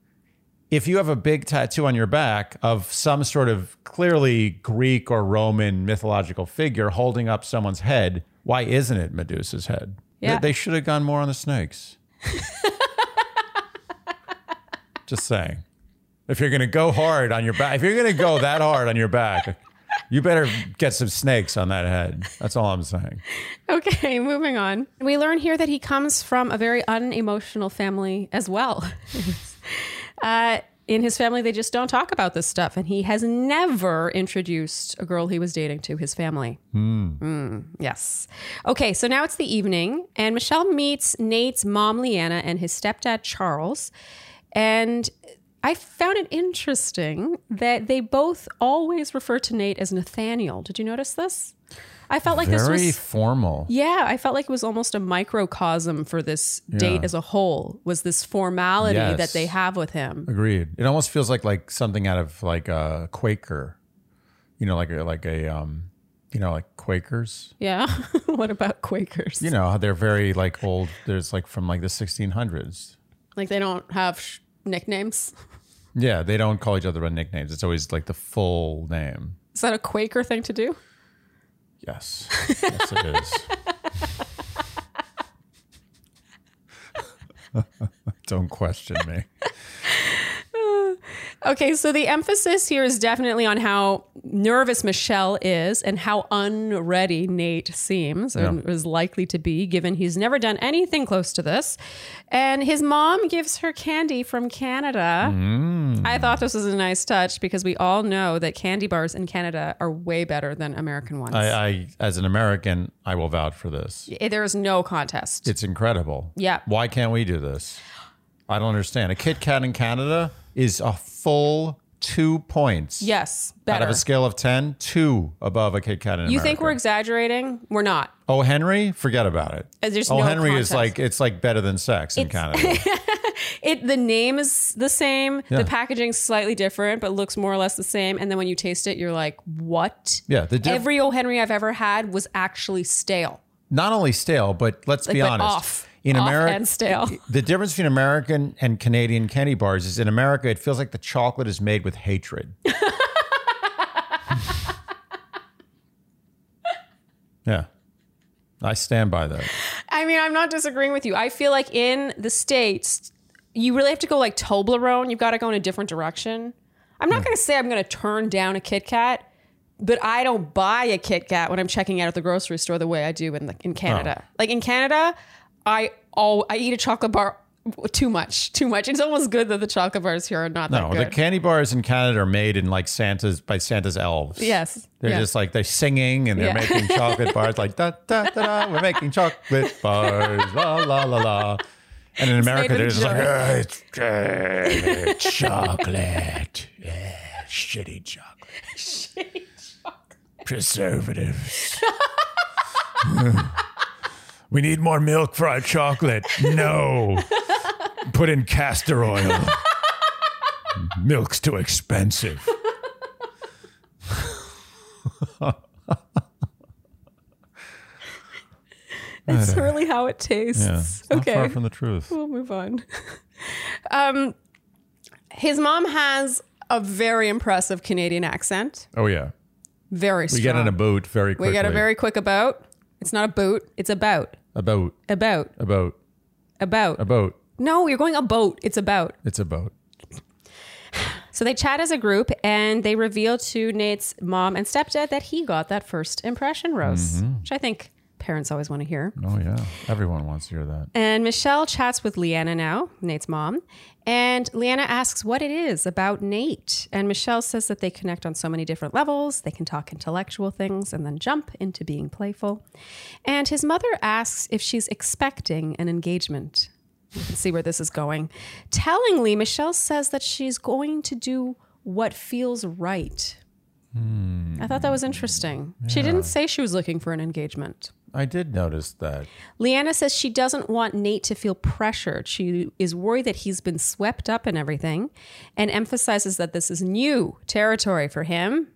if you have a big tattoo on your back of some sort of clearly Greek or Roman mythological figure holding up someone's head, why isn't it Medusa's head? They- Yeah. They, should have gone more on the snakes. Just saying. If you're going to go hard on your back, if you're going to go that hard on your back, you better get some snakes on that head. That's all I'm saying. Okay, moving on. We learn here that he comes from a very unemotional family as well. uh, in his family, they just don't talk about this stuff, and he has never introduced a girl he was dating to his family. Mm, yes. Okay, so now it's the evening, and Michelle meets Nate's mom, Leanna, and his stepdad, Charles. And I found it interesting that they both always refer to Nate as Nathaniel. Did you notice this? I felt like this Very was formal. yeah, I felt like it was almost a microcosm for this date as a whole. Was this formality Yes. that they have with him? Agreed. It almost feels like like something out of like a Quaker, you know, like a, like a um, you know, like Quakers. Yeah. what about Quakers? You know, how they're very like old. There's like from like the 1600s. like they don't have sh- nicknames. Yeah, they don't call each other by nicknames. It's always like the full name. Is that a Quaker thing to do? Yes, yes, it is. don't question me. Okay, so the emphasis here is definitely on how nervous Michelle is and how unready Nate seems and is likely to be, given he's never done anything close to this. And his mom gives her candy from Canada. Mm. I thought this was a nice touch because we all know that candy bars in Canada are way better than American ones. I, I, as an American, I will vouch for this. I- there is no contest. It's incredible. Yeah. Why can't we do this? I don't understand. A Kit Kat in Canada is a full two points. yes, Out better. of a scale of 10, two above a Kit Kat in you America. think we're exaggerating? We're not. Oh, Henry? Forget about it. Uh, there's oh, no Henry contest. is like, it's like better than sex in Canada. It the name is the same, Yeah. the packaging's slightly different, but looks more or less the same. And then when you taste it, you're like, "What?" yeah. The diff- Every O Henry I've ever had was actually stale. not only stale, but let's be but honest. off. In Off America, and stale. the difference between American and Canadian candy bars is in America, it feels like the chocolate is made with hatred. yeah, I stand by that. I mean, I'm not disagreeing with you. I feel like in the states, you really have to go like Toblerone. You've got to go in a different direction. I'm Hmm. not going to say I'm going to turn down a Kit Kat, but I don't buy a Kit Kat when I'm checking out at the grocery store the way I do in the, in Canada. Oh. Like in Canada, I all I eat a chocolate bar too much, too much. It's almost good that the chocolate bars here are not No, that the good. candy bars in Canada are made in like Santa's by Santa's elves. Yes. They're Yeah. just like they're singing and they're Yeah. making chocolate bars like da da da da. We're making chocolate bars, la la la la. And in America, made they're with just like "Ah, it's uh, chocolate, yeah, shitty chocolate, shitty chocolate, preservatives. we need more milk for our chocolate. No, put in castor oil. Milk's too expensive. That's really how it tastes. okay. Far from the truth. we'll move on. um, his mom has a very impressive Canadian accent. Oh yeah, Very strong. we get in a boat very quickly. We get a very quick about. It's not a boot. It's about. a boat, About. a boat, About. a boat. no, you're going a boat. It's about. It's a boat. So they chat as a group and they reveal to Nate's mom and stepdad that he got that first impression rose, Mm-hmm. which I think parents always want to hear. Oh yeah, everyone wants to hear that. And Michelle chats with Leanna now, Nate's mom. And Leanna asks what it is about Nate. And Michelle says that they connect on so many different levels. They can talk intellectual things and then jump into being playful. And his mother asks if she's expecting an engagement. You can see where this is going. Tellingly, Michelle says that she's going to do what feels right. I thought that was interesting. She didn't say she was looking for an engagement. I did notice that. Leanna says she doesn't want Nate to feel pressured. She is worried that he's been swept up in everything and emphasizes that this is new territory for him.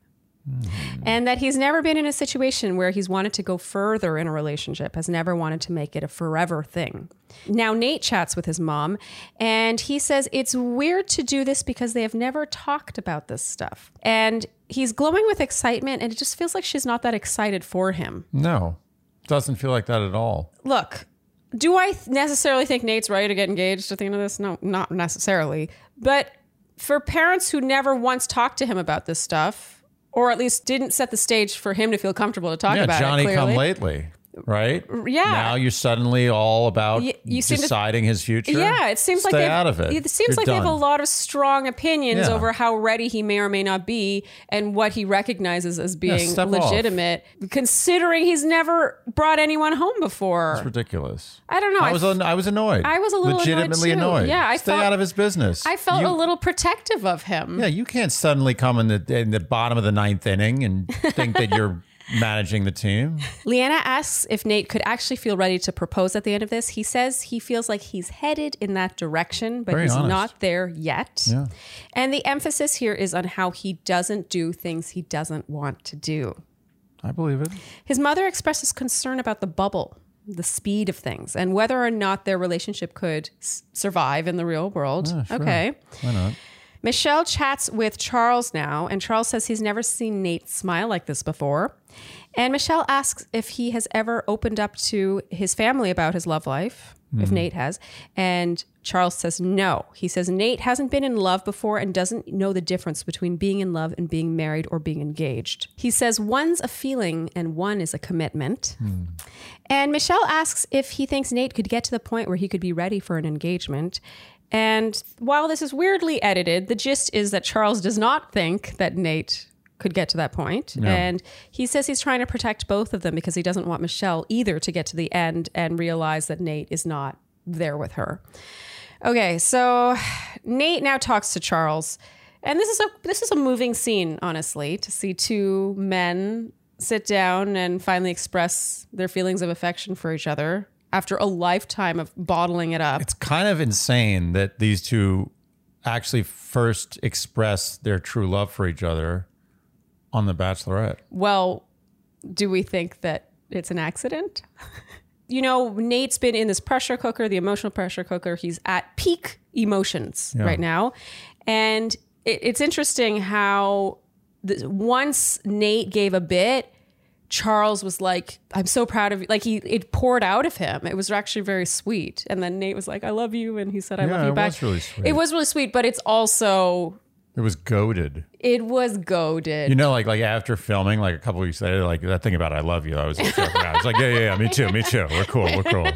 and that he's never been in a situation where he's wanted to go further in a relationship, has never wanted to make it a forever thing. Now, Nate chats with his mom, and he says it's weird to do this because they have never talked about this stuff. And he's glowing with excitement, and it just feels like she's not that excited for him. No, doesn't feel like that at all. Look, do I th- necessarily think Nate's ready to get engaged at the end of this? No, not necessarily. But for parents who never once talked to him about this stuff, or at least didn't set the stage for him to feel comfortable to talk yeah, about Johnny it. come clearly. lately, right? yeah. Now you're suddenly all about Y- you seem to- deciding his future. Yeah, it seems like Stay they've- out of it. It seems You're like they have a done. lot of strong opinions Yeah. over how ready he may or may not be and what he recognizes as being step off. legitimate, considering he's never brought anyone home before. It's ridiculous. I don't know. I I was an- I was annoyed. I was a little annoyed legitimately too. annoyed. Yeah, I stay felt- out of his business. I felt You- a little protective of him. Yeah, you can't suddenly come in the in the bottom of the ninth inning and think that you're managing the team. Leanna asks if Nate could actually feel ready to propose at the end of this. He says he feels like he's headed in that direction, but Very he's honest. not there yet. And the emphasis here is on how he doesn't do things he doesn't want to do. I believe it. His mother expresses concern about the bubble, the speed of things, and whether or not their relationship could s- survive in the real world. Ah, Okay. Why not? Michelle chats with Charles now, and Charles says he's never seen Nate smile like this before. And Michelle asks if he has ever opened up to his family about his love life, if Nate has. And Charles says no. He says Nate hasn't been in love before and doesn't know the difference between being in love and being married or being engaged. He says one's a feeling and one is a commitment. And Michelle asks if he thinks Nate could get to the point where he could be ready for an engagement. And while this is weirdly edited, the gist is that Charles does not think that Nate could get to that point. And he says he's trying to protect both of them because he doesn't want Michelle either to get to the end and realize that Nate is not there with her. Okay, so Nate now talks to Charles, and this is a this is a moving scene, honestly, to see two men sit down and finally express their feelings of affection for each other after a lifetime of bottling it up. It's kind of insane that these two actually first express their true love for each other on The Bachelorette. Well, do we think that it's an accident? you know, Nate's been in this pressure cooker, the emotional pressure cooker. He's at peak emotions right now. And it, it's interesting how the, once Nate gave a bit, Charles was like, I'm so proud of you. Like, he, it poured out of him. It was actually very sweet. And then Nate was like, I love you. And he said, I Yeah, love you it back. was really sweet. It was really sweet, but it's also, It was goaded. it was goaded. You know, like like after filming, like a couple weeks later, like that thing about "I love you," I was like, I was like, yeah, yeah, yeah, me too, me too. We're cool, we're cool.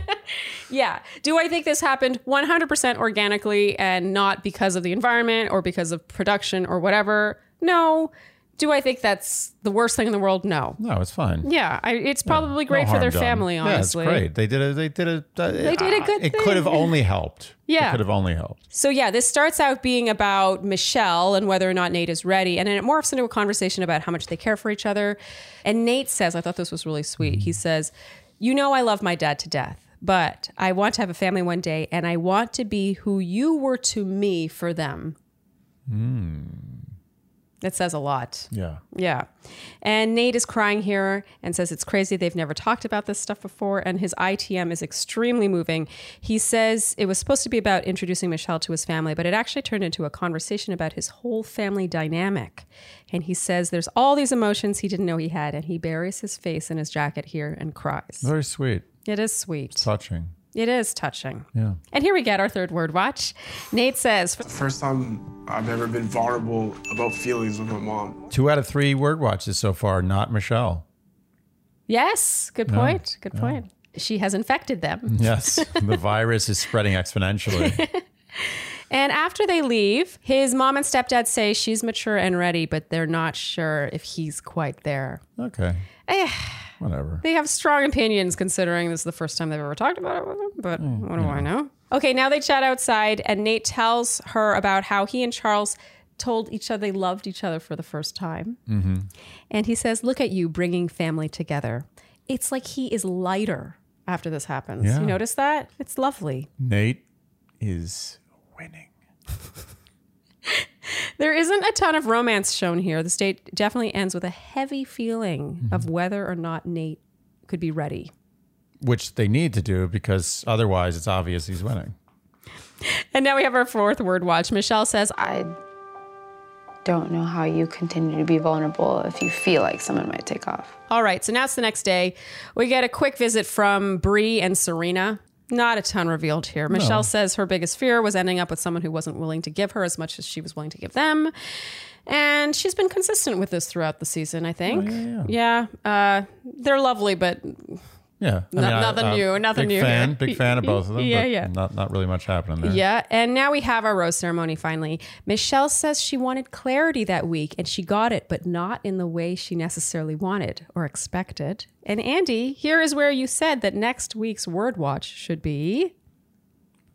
Yeah. Do I think this happened 100% organically and not because of the environment or because of production or whatever? No. Do I think that's the worst thing in the world? No. No, it's fine. Yeah, I, it's probably great No for their harm done. family, honestly. Yeah, it's great. They did a they did a they did a good It thing. could have only helped. Yeah. it could have only helped. So yeah, this starts out being about Michelle and whether or not Nate is ready, and then it morphs into a conversation about how much they care for each other. And Nate says, I thought this was really sweet. He says, "You know I love my dad to death, but I want to have a family one day and I want to be who you were to me for them." It says a lot. Yeah, Yeah. And Nate is crying here and says it's crazy they've never talked about this stuff before. And his ITM is extremely moving. He says it was supposed to be about introducing Michelle to his family, but it actually turned into a conversation about his whole family dynamic. And he says there's all these emotions he didn't know he had. And he buries his face in his jacket here and cries. very sweet, It is sweet. touching. It is touching. Yeah, And here we get our third word watch. Nate says, First time I've ever been vulnerable about feelings with my mom. two out of three word watches so far. Not Michelle. Yes, good point. Good point. She has infected them. Yes, the virus is spreading exponentially. And after they leave, his mom and stepdad say she's mature and ready, but they're not sure if he's quite there. Okay, Eh. whatever. They have strong opinions considering this is the first time they've ever talked about it with him, but what do I know? Okay, now they chat outside, and Nate tells her about how he and Charles told each other they loved each other for the first time. And he says, Look at you bringing family together. It's like he is lighter after this happens. Yeah. You notice that? It's lovely. Nate is winning. There isn't a ton of romance shown here. The state definitely ends with a heavy feeling of whether or not Nate could be ready. which they need to do because otherwise it's obvious he's winning. And now we have our fourth word watch. Michelle says, I I don't know how you continue to be vulnerable if you feel like someone might take off. All right, so now it's the next day. We get a quick visit from Bree and Serena. Not a ton revealed here. Michelle says her biggest fear was ending up with someone who wasn't willing to give her as much as she was willing to give them. And she's been consistent with this throughout the season, I think. Oh, yeah, Uh, they're lovely, but Yeah, I Not- nothing I'm a new, nothing big new Fan, here. big fan of both of them. Yeah, but yeah. Not not really much happening there. yeah. And now we have our rose ceremony finally. Michelle says she wanted clarity that week and she got it, but not in the way she necessarily wanted or expected. And Andy, here is where you said that next week's word watch should be.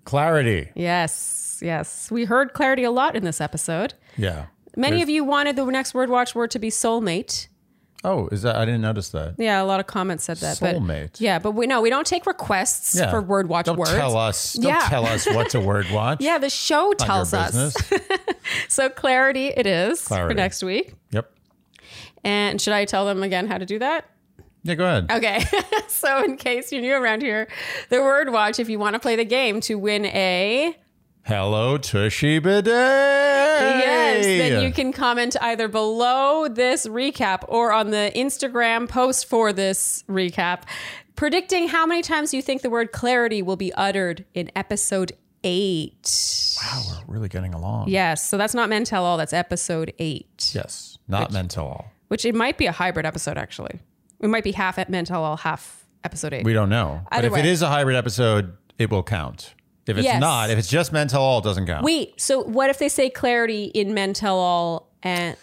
clarity. Yes, yes. We heard clarity a lot in this episode. Yeah. Many There's- of you wanted the next word watch word to be soulmate. Oh, is that? I didn't notice that. Yeah, a lot of comments said that. but- Soulmate. yeah, but we no, we don't take requests Yeah. for word watch Don't words. tell us. Don't Yeah. tell us what to word watch. Yeah, the show Not your tells us. business. So clarity it is Clarity. for next week. yep. And should I tell them again how to do that? Yeah. Go ahead. Okay. so, in case you're new around here, the word watch, if you want to play the game to win a. Hello, Toshiba Day. Yes, then you can comment either below this recap or on the Instagram post for this recap, predicting how many times you think the word clarity will be uttered in episode eight. Wow, we're really getting along. Yes, so that's not men tell all, that's episode eight, Yes. Not meant to all. which it might be a hybrid episode, actually. It might be half at men tell all, half episode eight. We don't know. Either but if way. it is a hybrid episode, it will count. If it's Yes. not, if it's just meant to all, it doesn't count. Wait, so what if they say clarity in men tell all and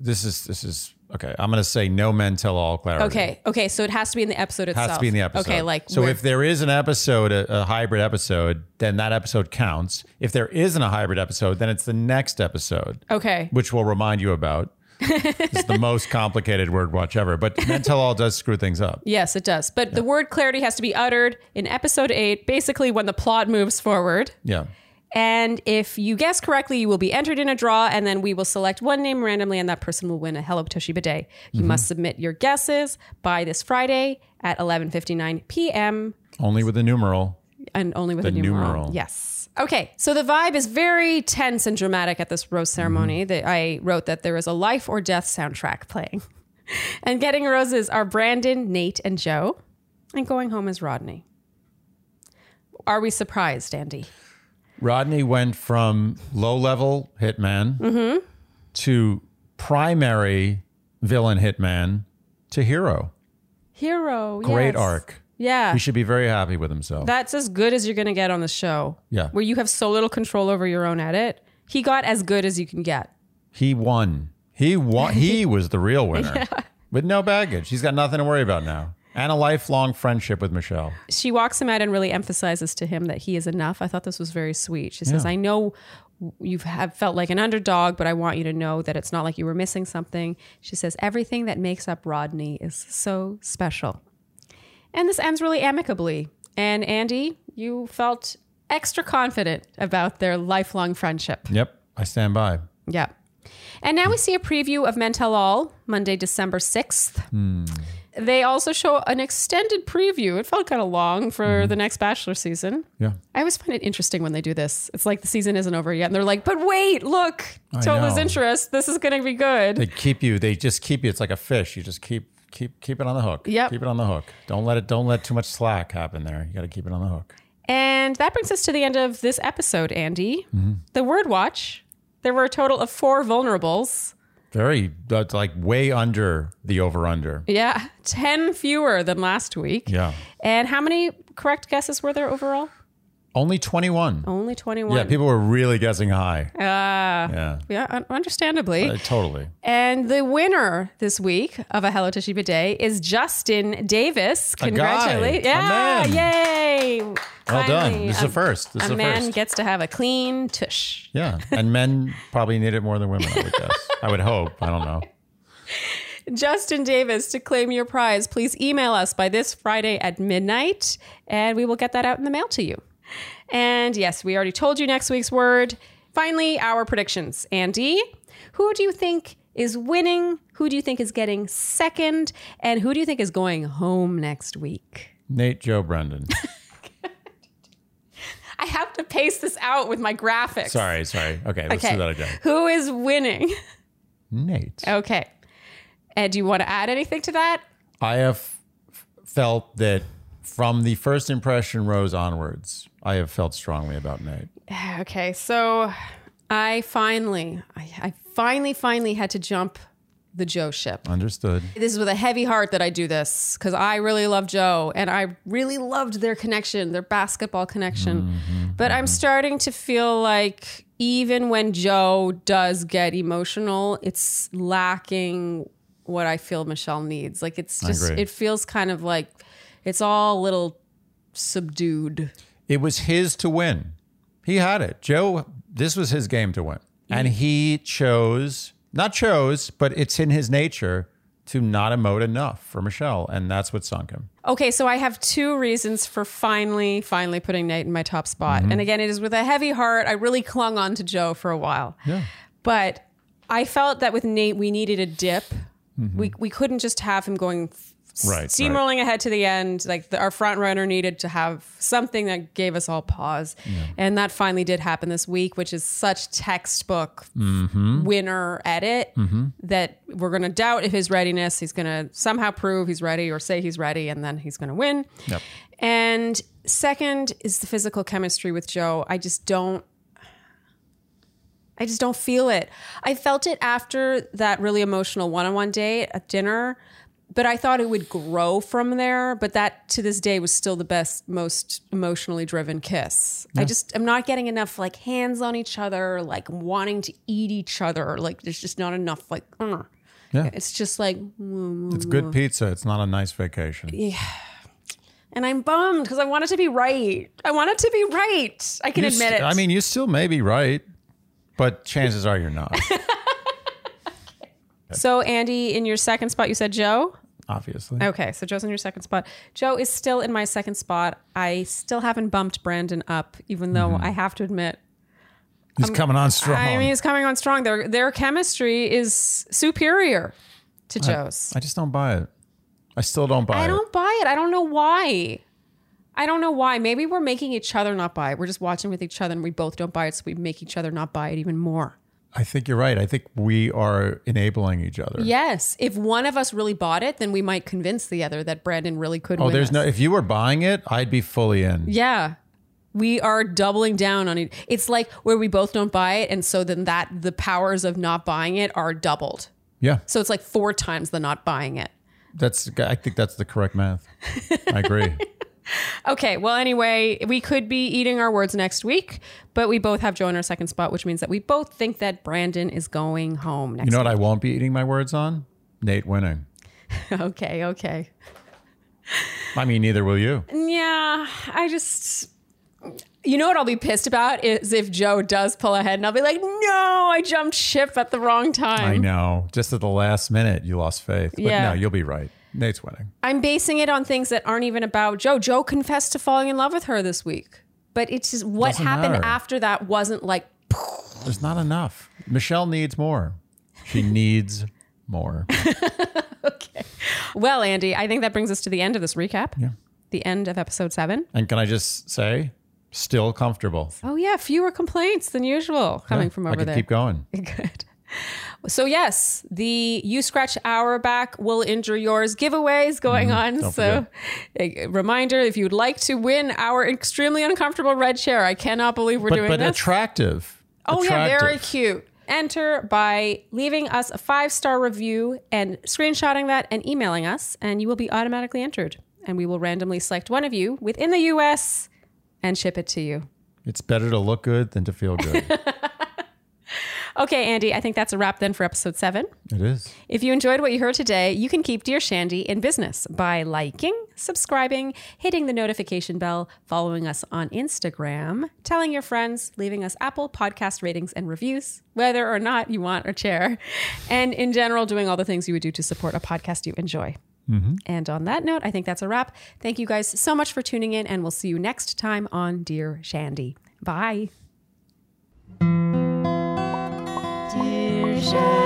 This is this is okay. I'm gonna say no men tell all clarity. okay, okay, so it has to be in the episode Has itself. to be in the episode. Okay, like so we're- if there is an episode, a, a hybrid episode, then that episode counts. If there isn't a hybrid episode, then it's the next episode, okay. which we'll remind you about. it's the most complicated word watch ever, but men tell all does screw things up. Yes, it does. But the word clarity has to be uttered in episode 8, basically when the plot moves forward. Yeah. And if you guess correctly, you will be entered in a draw and then we will select one name randomly and that person will win a Hello Toshiba Day. You Mm-hmm. must submit your guesses by this Friday at 11:59 p.m. Only with the numeral. and only with The a numeral. numeral. Yes. Okay. So the vibe is very tense and dramatic at this rose Mm-hmm. ceremony. That I wrote that there is a life or death soundtrack playing, and getting roses are Brandon, Nate, and Joe, and going home is Rodney. Are we surprised, Andy? Rodney went from low level hitman Mm-hmm. to primary villain hitman to hero. Hero. Great yes. arc. Yeah. He should be very happy with himself. That's as good as you're going to get on the show. Yeah. Where you have so little control over your own edit. He got as good as you can get. he won. He won. He was the real winner with no baggage. He's got nothing to worry about now. And a lifelong friendship with Michelle. she walks him out and really emphasizes to him that he is enough. I thought this was very sweet. She says, "I know you have felt like an underdog, but I want you to know that it's not like you were missing something." She says, "Everything that makes up Rodney is so special." And this ends really amicably. And Andy, you felt extra confident about their lifelong friendship. Yep. I stand by. Yeah. And now we see a preview of Mental All, Monday, December 6th. Hmm. They also show an extended preview. It felt kind of long for Mm-hmm. the next Bachelor season. Yeah. I always find it interesting when they do this. It's like the season isn't over yet. And they're like, but wait, look, I Tola's know. interest. This is going to be good. They keep you. They just keep you. It's like a fish. You just keep keep keep it on the hook. Yep. Keep it on the hook. Don't let it don't let too much slack happen there. You got to keep it on the hook. and that brings us to the end of this episode, Andy. Mm-hmm. The Word Watch. There were a total of four vulnerables. Very that's like way under the over under. Yeah, 10 fewer than last week. Yeah. And how many correct guesses were there overall? Only 21. Only 21. yeah, people were really guessing high. Ah. yeah. Yeah, un- understandably. Uh, totally. and the winner this week of a Hello Toshiba Day is Justin Davis. A guy, Congratulations. a Yeah. man. Yay. Well Well done. This is the first. This a is the man first. gets to have a clean tush. yeah. And men probably need it more than women, I would guess. I would hope. I don't know. Justin Davis, to claim your prize, please email us by this Friday at midnight, and we will get that out in the mail to you. And yes, we already told you next week's word. Finally, our predictions. Andy, Who do you think is winning? Who do you think is getting second? And who do you think is going home next week? Nate Joe Brendan. I have to pace this out with my graphics. Sorry, sorry. Okay, let's Okay. do Oh. that again. Who is winning? Nate. Okay. And do you want to add anything to that? I have f- felt that from the first impression rose onwards, I have felt strongly about Nate. Okay, so I finally, I, I finally, finally had to jump the Joe ship. Understood. This is with a heavy heart that I do this because I really love Joe and I really loved their connection, their basketball connection. But I'm starting to feel like even when Joe does get emotional, it's lacking what I feel Michelle needs. Like it's just, agree. it feels kind of like it's all a little subdued. It was his to win. He had it. Joe, this was his game to win. And he chose, not chose, but it's in his nature to not emote enough for Michelle. And that's what sunk him. Okay, so I have two reasons for finally, finally putting Nate in my top spot. And again, it is with a heavy heart. I really clung on to Joe for a while. Yeah. But I felt that with Nate, we needed a dip. We, we couldn't just have him going f- Mm-hmm. Right, steamrolling ahead to the end. Like the, our front runner needed to have something that gave us all pause. And that finally did happen this week, which is such textbook Mm-hmm. winner edit that we're going to doubt if his readiness. He's going to somehow prove he's ready or say he's ready, and then he's going to win. Yep. And second is the physical chemistry with Joe. I just don't. I just don't feel it. I felt it after that really emotional one-on-one day at dinner, but I thought it would grow from there. But that to this day was still the best, most emotionally driven kiss. I just I'm not getting enough like hands on each other, like wanting to eat each other. Like there's just not enough like. uh. Yeah. It's just like, mm, It's good pizza. It's not a nice vacation. and I'm bummed because I want it to be right. I want it to be right. I can You admit st- it. I mean, you still may be right, but chances are you're not, so Andy, in your second spot, you said Joe. obviously. Okay, so Joe's in your second spot. Joe is still in my second spot. I still haven't bumped Brandon up, even though I have to admit. He's coming on Mm-hmm. strong. I mean, he's coming on strong. Their their chemistry is superior to Joe's. I just don't buy it. I still don't buy I, it. don't buy it. I don't know why. I don't know why. Maybe we're making each other not buy it. We're just watching with each other, and we both don't buy it, so we make each other not buy it even more. I think you're right. I think we are enabling each other. Yes, if one of us really bought it, then we might convince the other that Brandon really could. Oh, win there's this. no. If you were buying it, I'd be fully in. Yeah. We are doubling down on it. It's like where we both don't buy it. And so then that the powers of not buying it are doubled. Yeah, So it's like four times the not buying it. that's. I think that's the correct math. I agree. Okay. Well, anyway, we could be eating our words next week, but we both have Joe in our second spot, which means that we both think that Brandon is going home next You know what? I won't be eating my words on Nate winning. week. Okay. Okay. I mean, neither will you. Yeah. I just. You know what I'll be pissed about is if Joe does pull ahead and I'll be like, no, I jumped ship at the wrong time. I know. Just at the last minute, you lost faith. But Mm. Yeah. no, you'll be right. Nate's winning. I'm basing it on things that aren't even about Joe. Joe confessed to falling in love with her this week, but it's just what Doesn't happened matter. after that wasn't like. There's not enough. Michelle needs more. She needs more. Well, Andy, I think that brings us to the end of this recap. Yeah. The end of episode seven. And can I just say, still comfortable. Oh yeah, fewer complaints than usual coming from I over could there. keep going. Good. So yes, the you scratch our back will injure yours giveaway is going on. Mm-hmm. don't So a reminder if you'd like to win our extremely uncomfortable red chair, I cannot believe we're But doing but this. attractive. Oh yeah, very Attractive. cute. Enter by leaving us a five star review and screenshotting that and emailing us, and you will be automatically entered. And we will randomly select one of you within the US and ship it to you. It's better to look good than to feel good. Okay, Andy, I think that's a wrap then for episode seven. it is. If you enjoyed what you heard today, you can keep Dear Shandy in business by liking, subscribing, hitting the notification bell, following us on Instagram, telling your friends, leaving us Apple podcast ratings and reviews, whether or not you want a chair, and in general, doing all the things you would do to support a podcast you enjoy. And on that note, I think that's a wrap. Thank you guys so much for tuning in, and we'll see you next time on Dear Shandy. Bye. Dear Fusion.